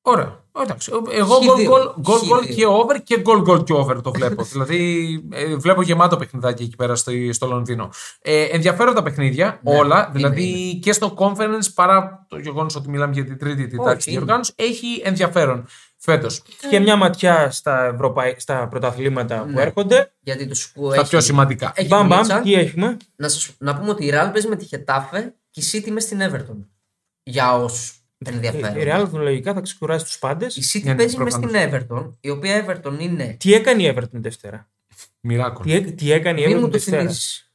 Speaker 2: Ωραία. Εντάξει. ε, Εγώ
Speaker 3: Χι
Speaker 2: γκολ
Speaker 3: δύο.
Speaker 2: γκολ- γκολ
Speaker 3: Χι
Speaker 2: γκολ
Speaker 3: δύο.
Speaker 2: και over και γκολ γκολ και over το βλέπω. δηλαδή ε, βλέπω γεμάτο παιχνιδάκι εκεί πέρα στο, στο Λονδίνο. Ε, ενδιαφέροντα παιχνίδια
Speaker 3: Ναι,
Speaker 2: όλα.
Speaker 3: είναι,
Speaker 2: Δηλαδή και στο conference παρά το γεγονός ότι μιλάμε για την τρίτη την τάξη
Speaker 3: είναι.
Speaker 2: διοργάνωση έχει ενδιαφέρον φέτος.
Speaker 1: Ε, Και μια ματιά στα, Ευρωπαϊ... στα πρωταθλήματα που
Speaker 3: Ναι.
Speaker 1: έρχονται.
Speaker 3: Γιατί τους σκου
Speaker 2: Τα
Speaker 3: έχει.
Speaker 2: πιο σημαντικά.
Speaker 3: έχει
Speaker 1: Μπαμ,
Speaker 3: Μίτσα.
Speaker 1: μπαμ, τι έχουμε.
Speaker 3: Να, σας, να πούμε ότι η Real παίζει με τη Χετάφε και η City με στην Everton. Για όσους δεν
Speaker 1: Η
Speaker 3: ενδιαφέρουν.
Speaker 1: η Ε, Real λογικά θα ξεκουράσει τους πάντες.
Speaker 3: Η City
Speaker 2: Ναι,
Speaker 3: παίζει με
Speaker 2: προφανώς.
Speaker 3: στην Everton, η οποία Everton είναι.
Speaker 1: Τι έκανε η Everton Δευτέρα.
Speaker 2: Μοιράκο.
Speaker 1: Τι, έ- τι έκανε η
Speaker 3: Μην μου
Speaker 1: Everton
Speaker 3: το
Speaker 1: Δευτέρα.
Speaker 3: θυμίσει.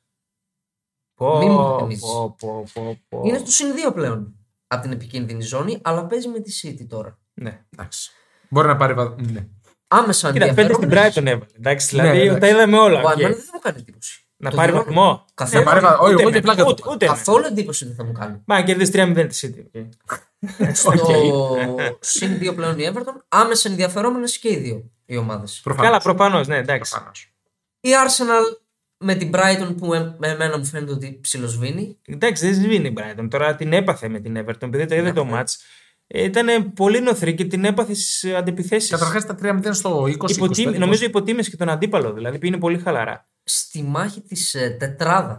Speaker 1: Πω,
Speaker 3: Μη μου το θυμίζεις.
Speaker 1: πω, πω, πω, πω.
Speaker 3: Είναι στο συν δύο πλέον από την επικίνδυνη ζώνη, αλλά παίζει με τη City τώρα.
Speaker 1: Ναι.
Speaker 2: Εντάξει. Μπορεί να πάρει. βα- Ναι.
Speaker 3: Άμεσα
Speaker 1: Κοίτα, πέντε στην
Speaker 3: ενδιαφέρον.
Speaker 1: Brighton έβαλε. Εντάξει, δηλαδή
Speaker 2: εντάξει.
Speaker 1: τα είδαμε όλα.
Speaker 3: Ναι, Ο
Speaker 1: Οκ.
Speaker 3: Άντων δεν μου κάνει εντύπωση.
Speaker 1: Να
Speaker 3: Το
Speaker 1: πάρει
Speaker 3: δηλώνω.
Speaker 1: βαθμό. Ε,
Speaker 3: Καθόλου.
Speaker 2: Να πάρει βαθμό. Όχι,
Speaker 1: Ούτε
Speaker 2: εγώ
Speaker 1: εμένα,
Speaker 2: και πλάκα το
Speaker 1: ούτε-
Speaker 2: πάω.
Speaker 1: Ούτε εμένα.
Speaker 3: Καθόλου εντύπωση δεν θα μου κάνει.
Speaker 1: Μα κερδίσει 3-0 τη City. οκ.
Speaker 3: Στο συν δύο πλέον η Everton, άμεσα ενδιαφερόμενες και οι δύο οι ομάδες.
Speaker 2: Προφανώς.
Speaker 1: Καλά, προφανώς, ναι, εντάξει.
Speaker 2: Προφανώς.
Speaker 3: Η Arsenal με την Brighton που ε, με εμένα μου φαίνεται ότι ψιλοσβήνει.
Speaker 1: Εντάξει, δεν σβήνει η Brighton. Τώρα την έπαθε με την Everton, επειδή το είδε το match. Ήταν πολύ νοθρή και την έπαθε στις αντεπιθέσει.
Speaker 2: Καταρχάς τα 3-0 στο 20. 25.
Speaker 1: Νομίζω υποτίμησε και τον αντίπαλο, δηλαδή είναι πολύ χαλαρά.
Speaker 3: Στη μάχη της ε, τετράδας.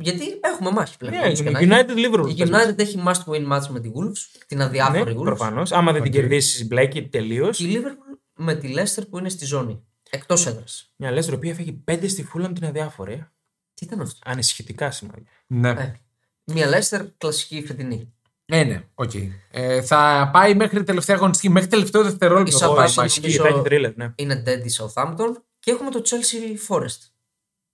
Speaker 3: Γιατί έχουμε μάχη πλέον.
Speaker 1: Ναι,
Speaker 3: όπως και να έχει.
Speaker 1: United Liverpool.
Speaker 3: Η
Speaker 1: πες μας.
Speaker 3: United έχει must win match με την Wolves, την αδιάφορη
Speaker 1: Ναι,
Speaker 3: Wolves.
Speaker 1: προφανώς. Άμα δεν την κερδίσεις, μπλέκει τελείως.
Speaker 3: Και η Liverpool με τη Leicester που είναι στη ζώνη. Εκτός έδρας.
Speaker 1: Μια Leicester η οποία φάγει 5 στη Fulham την αδιάφορη. ε.
Speaker 3: Τι ήταν αυτό.
Speaker 1: Ανησυχητικά σημάδια.
Speaker 2: Ναι.
Speaker 3: Ε, Μια Leicester κλασική φετινή.
Speaker 2: Ναι, ναι, οκ. Ε, θα πάει μέχρι τελευταία αγωνιστική, μέχρι τελευταίο δευτερόλεπτο. θα
Speaker 3: Ίσα πάει
Speaker 2: πάει.
Speaker 3: σαν-
Speaker 1: Ισχύει,
Speaker 3: νομίζω-
Speaker 1: θα έχει τρίλερ, ναι.
Speaker 3: Είναι dead η Southampton και έχουμε το Chelsea Forest.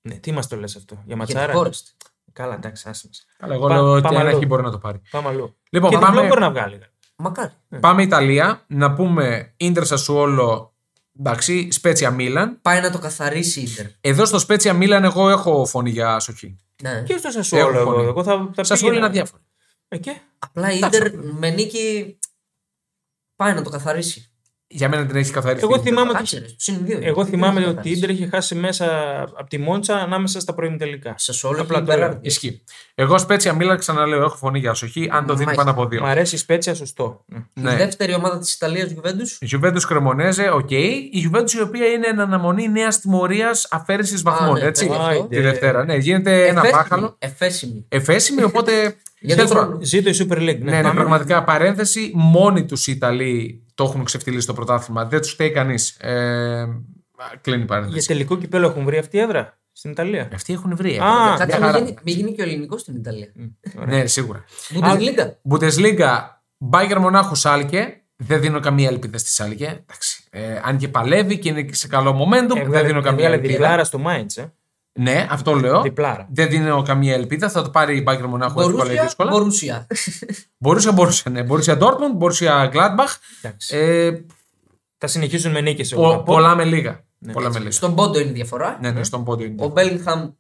Speaker 1: Ναι, τι μας το λες αυτό, για
Speaker 3: Για
Speaker 1: ματσάρα. ναι.
Speaker 3: τη Forest.
Speaker 1: Καλά, εντάξει, άσε μας.
Speaker 2: Αλλά εγώ
Speaker 1: Πα-
Speaker 2: λέω ότι
Speaker 1: πάμε
Speaker 2: ένα
Speaker 1: αλλού.
Speaker 2: χι μπορεί να το πάρει.
Speaker 1: Πάμε αλλού.
Speaker 2: Λοιπόν,
Speaker 1: και
Speaker 2: πάμε-
Speaker 1: διπλό μπορεί να βγάλει.
Speaker 3: Μακάρι.
Speaker 2: Πάμε Ιταλία, να πούμε Ίντερ Σασουόλο, εντάξει, Σπέτσια Μίλαν.
Speaker 3: Πάει να το καθαρίσει η Ιντερ.
Speaker 2: Εδώ στο Σπέτσια Μίλαν εγώ έχω φωνή για σοχή.
Speaker 3: Ναι.
Speaker 1: Και στο Σασουόλο,
Speaker 2: Έχω
Speaker 1: εγώ,
Speaker 2: φωνή.
Speaker 1: εγώ θα, θα
Speaker 2: Σασουόλο είναι
Speaker 1: πήγαινα.
Speaker 2: αδιάφορο.
Speaker 1: Ε, και?
Speaker 3: Απλά η
Speaker 2: Εντάξει,
Speaker 3: Ιντερ με νίκη πάει να το καθαρίσει.
Speaker 2: Για μένα την έχει καθαρίσει.
Speaker 1: Εγώ
Speaker 2: η Ίντερ.
Speaker 1: θυμάμαι ότι-
Speaker 3: Κάτσε ρε, συν δύο.
Speaker 1: Εγώ
Speaker 3: Τι
Speaker 1: θυμάμαι
Speaker 3: να
Speaker 1: ότι η
Speaker 3: καθαρίσει.
Speaker 1: Ίντερ είχε χάσει μέσα από τη Μόντσα ανάμεσα στα προημιτελικά.
Speaker 3: Σε όλο
Speaker 1: Απλά
Speaker 3: και
Speaker 1: το
Speaker 3: πέρα.
Speaker 2: Ισχύει. Εγώ Σπέτσια Μίλαν ξαναλέω, έχω φωνή για σοχή, αν το δίνει
Speaker 3: Μάλιστα.
Speaker 2: πάνω από
Speaker 1: Μ'
Speaker 2: δύο.
Speaker 1: αρέσει η Σπέτσια, σωστό. Ναι.
Speaker 3: Η
Speaker 2: Ναι.
Speaker 3: δεύτερη ομάδα της Ιταλίας Γιουβέντους.
Speaker 2: Γιουβέντους Κρεμονέζε, οκ. Η Γιουβέντους η οποία είναι εν αναμονή νέας τιμωρίας αφαίρεσης βαθμών.
Speaker 3: Α, ναι,
Speaker 2: έτσι.
Speaker 3: βέβαια.
Speaker 2: Τη Δευτέρα, ναι. Γίνεται ένα πάχαλο.
Speaker 3: Εφέσιμη.
Speaker 2: Εφέσιμη, οπότε.
Speaker 3: Για
Speaker 2: δεν
Speaker 3: τον
Speaker 2: θα-
Speaker 3: χρόνο.
Speaker 1: Ζήτω η Super League. Ναι,
Speaker 2: Ναι, ναι,
Speaker 1: πάμε.
Speaker 2: πραγματικά παρένθεση. Μόνοι τους οι Ιταλοί το έχουν ξεφτυλίσει το πρωτάθλημα. Δεν τους φταίει κανείς. Ε, κλείνει η
Speaker 1: Για
Speaker 2: παρένθεση.
Speaker 1: τελικό κυπέλο έχουν βρει αυτή η έδρα στην Italia.
Speaker 2: Αυτοί έχουν βρει.
Speaker 1: Α,
Speaker 2: έχουν-
Speaker 3: Κάτσε
Speaker 2: μια
Speaker 3: μην
Speaker 2: χαρά.
Speaker 3: γίνει, μην γίνει και ο ελληνικός στην Ιταλία.
Speaker 2: Ναι, σίγουρα.
Speaker 3: Bundesliga.
Speaker 2: Μπουντεσλίγκα, Μπάγκερ Μονάχου Σάλκε. Δεν δίνω καμία ελπίδα στη Σάλκε. Εντάξει. Ε, αν και παλεύει και είναι σε καλό
Speaker 1: Ε,
Speaker 2: momentum, Ε, δεν δίνω καμία
Speaker 1: Έβγαλε
Speaker 2: ελπίδα.
Speaker 1: διπλάρα στο Μάιντ. Ε.
Speaker 2: Ναι, αυτό λέω.
Speaker 1: Διπλάρα.
Speaker 2: Δεν δίνω καμία ελπίδα. Θα το πάρει η Μπάγκερ Μονάχου εύκολα ή
Speaker 3: Μπορούσια.
Speaker 2: δύσκολα.
Speaker 3: Μπορούσια.
Speaker 2: Μπορούσε, μπορούσε. Ναι. Μπορούσε Dortmund, μπορούσε Gladbach.
Speaker 1: Εντάξει.
Speaker 2: Ε,
Speaker 1: Θα συνεχίσουν με νίκες.
Speaker 2: πο- πολλά με λίγα. πολλά με λίγα.
Speaker 3: Στον πόντο είναι η διαφορά.
Speaker 2: Ναι, ναι, στον πόντο είναι.
Speaker 3: Ναι, Ο Μπέλιγχαμ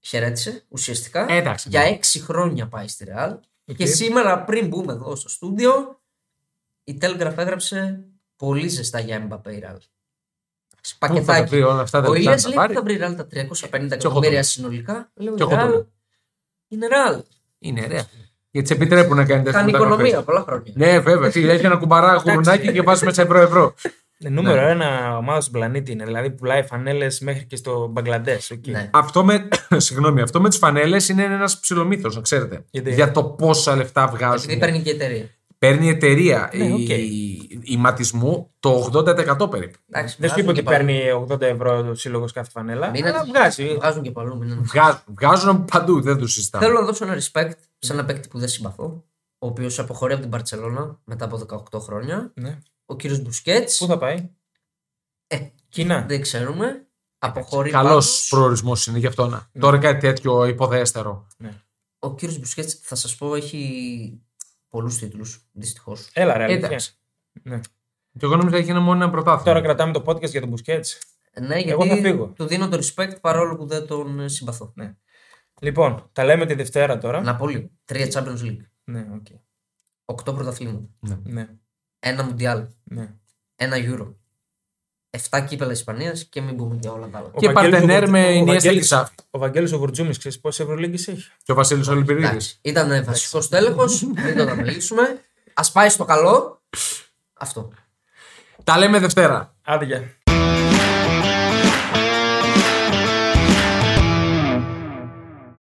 Speaker 3: χαιρέτησε ουσιαστικά.
Speaker 2: Ε, εντάξει,
Speaker 3: για
Speaker 2: ναι.
Speaker 3: έξι χρόνια πάει στη Ρεάλ.
Speaker 1: Οκ.
Speaker 3: Και σήμερα, πριν μπούμε εδώ στο στούντιο, η Τέλγραφ έγραψε πολύ ζεστά για Mbappé η Ρεάλ.
Speaker 2: Πού θα τα βρει
Speaker 3: Πακετάκι.
Speaker 2: όλα αυτά τα
Speaker 3: Ο
Speaker 2: λεφτά να
Speaker 3: Ηλίας
Speaker 2: τα
Speaker 3: λέει ότι
Speaker 2: πάρει.
Speaker 3: θα βρει η Ρεάλ τα 350
Speaker 2: εγώ το λέω.
Speaker 3: εκατομμύρια συνολικά. Λέω
Speaker 2: Και
Speaker 3: η
Speaker 2: εγώ το
Speaker 3: Ρεάλ
Speaker 2: λέω.
Speaker 3: είναι Ρεάλ.
Speaker 2: Είναι ρε. Γιατί σε επιτρέπουν να κάνει τέτοια
Speaker 3: Κάνει οικονομία πολλά χρόνια.
Speaker 2: Ναι, βέβαια. Τι, έχει ένα κουμπαρά γουρνάκι και βάζει μέσα ευρώ-ευρώ.
Speaker 1: Ναι, Νούμερο ένα ομάδα στον πλανήτη είναι. Δηλαδή πουλάει φανέλες μέχρι και στο Μπαγκλαντές.
Speaker 3: Ναι.
Speaker 2: Αυτό με, συγγνώμη, αυτό με τις φανέλες είναι ένας ψηλομύθος, να ξέρετε.
Speaker 1: Γιατί?
Speaker 2: Για το πόσα λεφτά βγάζουν.
Speaker 3: Επειδή παίρνει και η εταιρεία.
Speaker 2: Παίρνει η εταιρεία
Speaker 1: Ναι, οκ.
Speaker 2: η, η ματισμού το 80% περίπου.
Speaker 3: Εντάξει,
Speaker 1: Δεν σου
Speaker 3: βγάζουν
Speaker 1: είπα ότι
Speaker 3: και παλού.
Speaker 1: παίρνει 80 ευρώ το σύλλογο κάθε φανέλα.
Speaker 3: Μην
Speaker 1: αλλά
Speaker 3: ανησυχείς,
Speaker 1: βγάζει.
Speaker 3: Βγάζουν και παλού. μην ανησυχείς.
Speaker 2: Βγάζουν, βγάζουν παντού, δεν το συζητάμε.
Speaker 3: Θέλω να δώσω ένα respect σε ένα παίκτη που δεν συμπαθώ. Ο οποίος αποχωρεί από την Παρσελώνα μετά από 18 χρόνια.
Speaker 1: Ναι.
Speaker 3: Ο κύριος Μπουσκέτ.
Speaker 1: Πού θα πάει.
Speaker 3: Ε.
Speaker 1: Κίνα.
Speaker 3: Δεν ξέρουμε. Αποχωρεί.
Speaker 2: Καλός
Speaker 3: πάντως.
Speaker 2: προορισμός είναι γι' αυτό να. Τώρα κάτι τέτοιο υποδέστερο.
Speaker 3: Ο κύριος Μπουσκέτ, θα σας πω, έχει πολλούς τίτλους. Δυστυχώς.
Speaker 1: Έλα, ρε. Ε, αλήθεια.
Speaker 3: Εντάξει.
Speaker 1: Ναι.
Speaker 2: Και εγώ νόμιζα έχει ένα μόνο ένα
Speaker 1: Τώρα
Speaker 2: πρωτάθλημα.
Speaker 1: κρατάμε το podcast για τον Μπουσκέτς.
Speaker 3: Ναι,
Speaker 1: Εγώ
Speaker 3: γιατί
Speaker 1: θα φύγω.
Speaker 3: του δίνω το respect παρόλο που δεν τον ε, συμπαθώ.
Speaker 1: Λοιπόν, τα λέμε τη Δευτέρα τώρα.
Speaker 3: Να πω λίγο. Τρία Champions League.
Speaker 1: Ναι, οκ.
Speaker 3: Οκτώ πρωταθλήματα.
Speaker 1: Ναι,
Speaker 3: Ένα Μουντιάλ.
Speaker 1: ναι.
Speaker 3: Ένα Euro. Εφτά κύπελα Ισπανίας και μην πούμε για όλα τα άλλα.
Speaker 1: Ο
Speaker 2: Και
Speaker 1: Βαγγέλης
Speaker 2: παρτενέρ
Speaker 1: του-
Speaker 2: με
Speaker 1: ο
Speaker 2: Ινιέστα και
Speaker 1: Βαγγέλης-
Speaker 2: Σάφη.
Speaker 1: Ο Βαγγέλης ο Γουρτζούμης, ξέρεις πόσες ευρωλίγκες έχει.
Speaker 2: Και ο Βασίλης Ολυμπηρίδη.
Speaker 3: Εντάξει, ήταν βασικός τέλεχος. Μην το αναλύσουμε. Ας πάει στο καλό. Αυτό.
Speaker 2: Τα λέμε Δευτέρα.
Speaker 1: Άντε, γεια.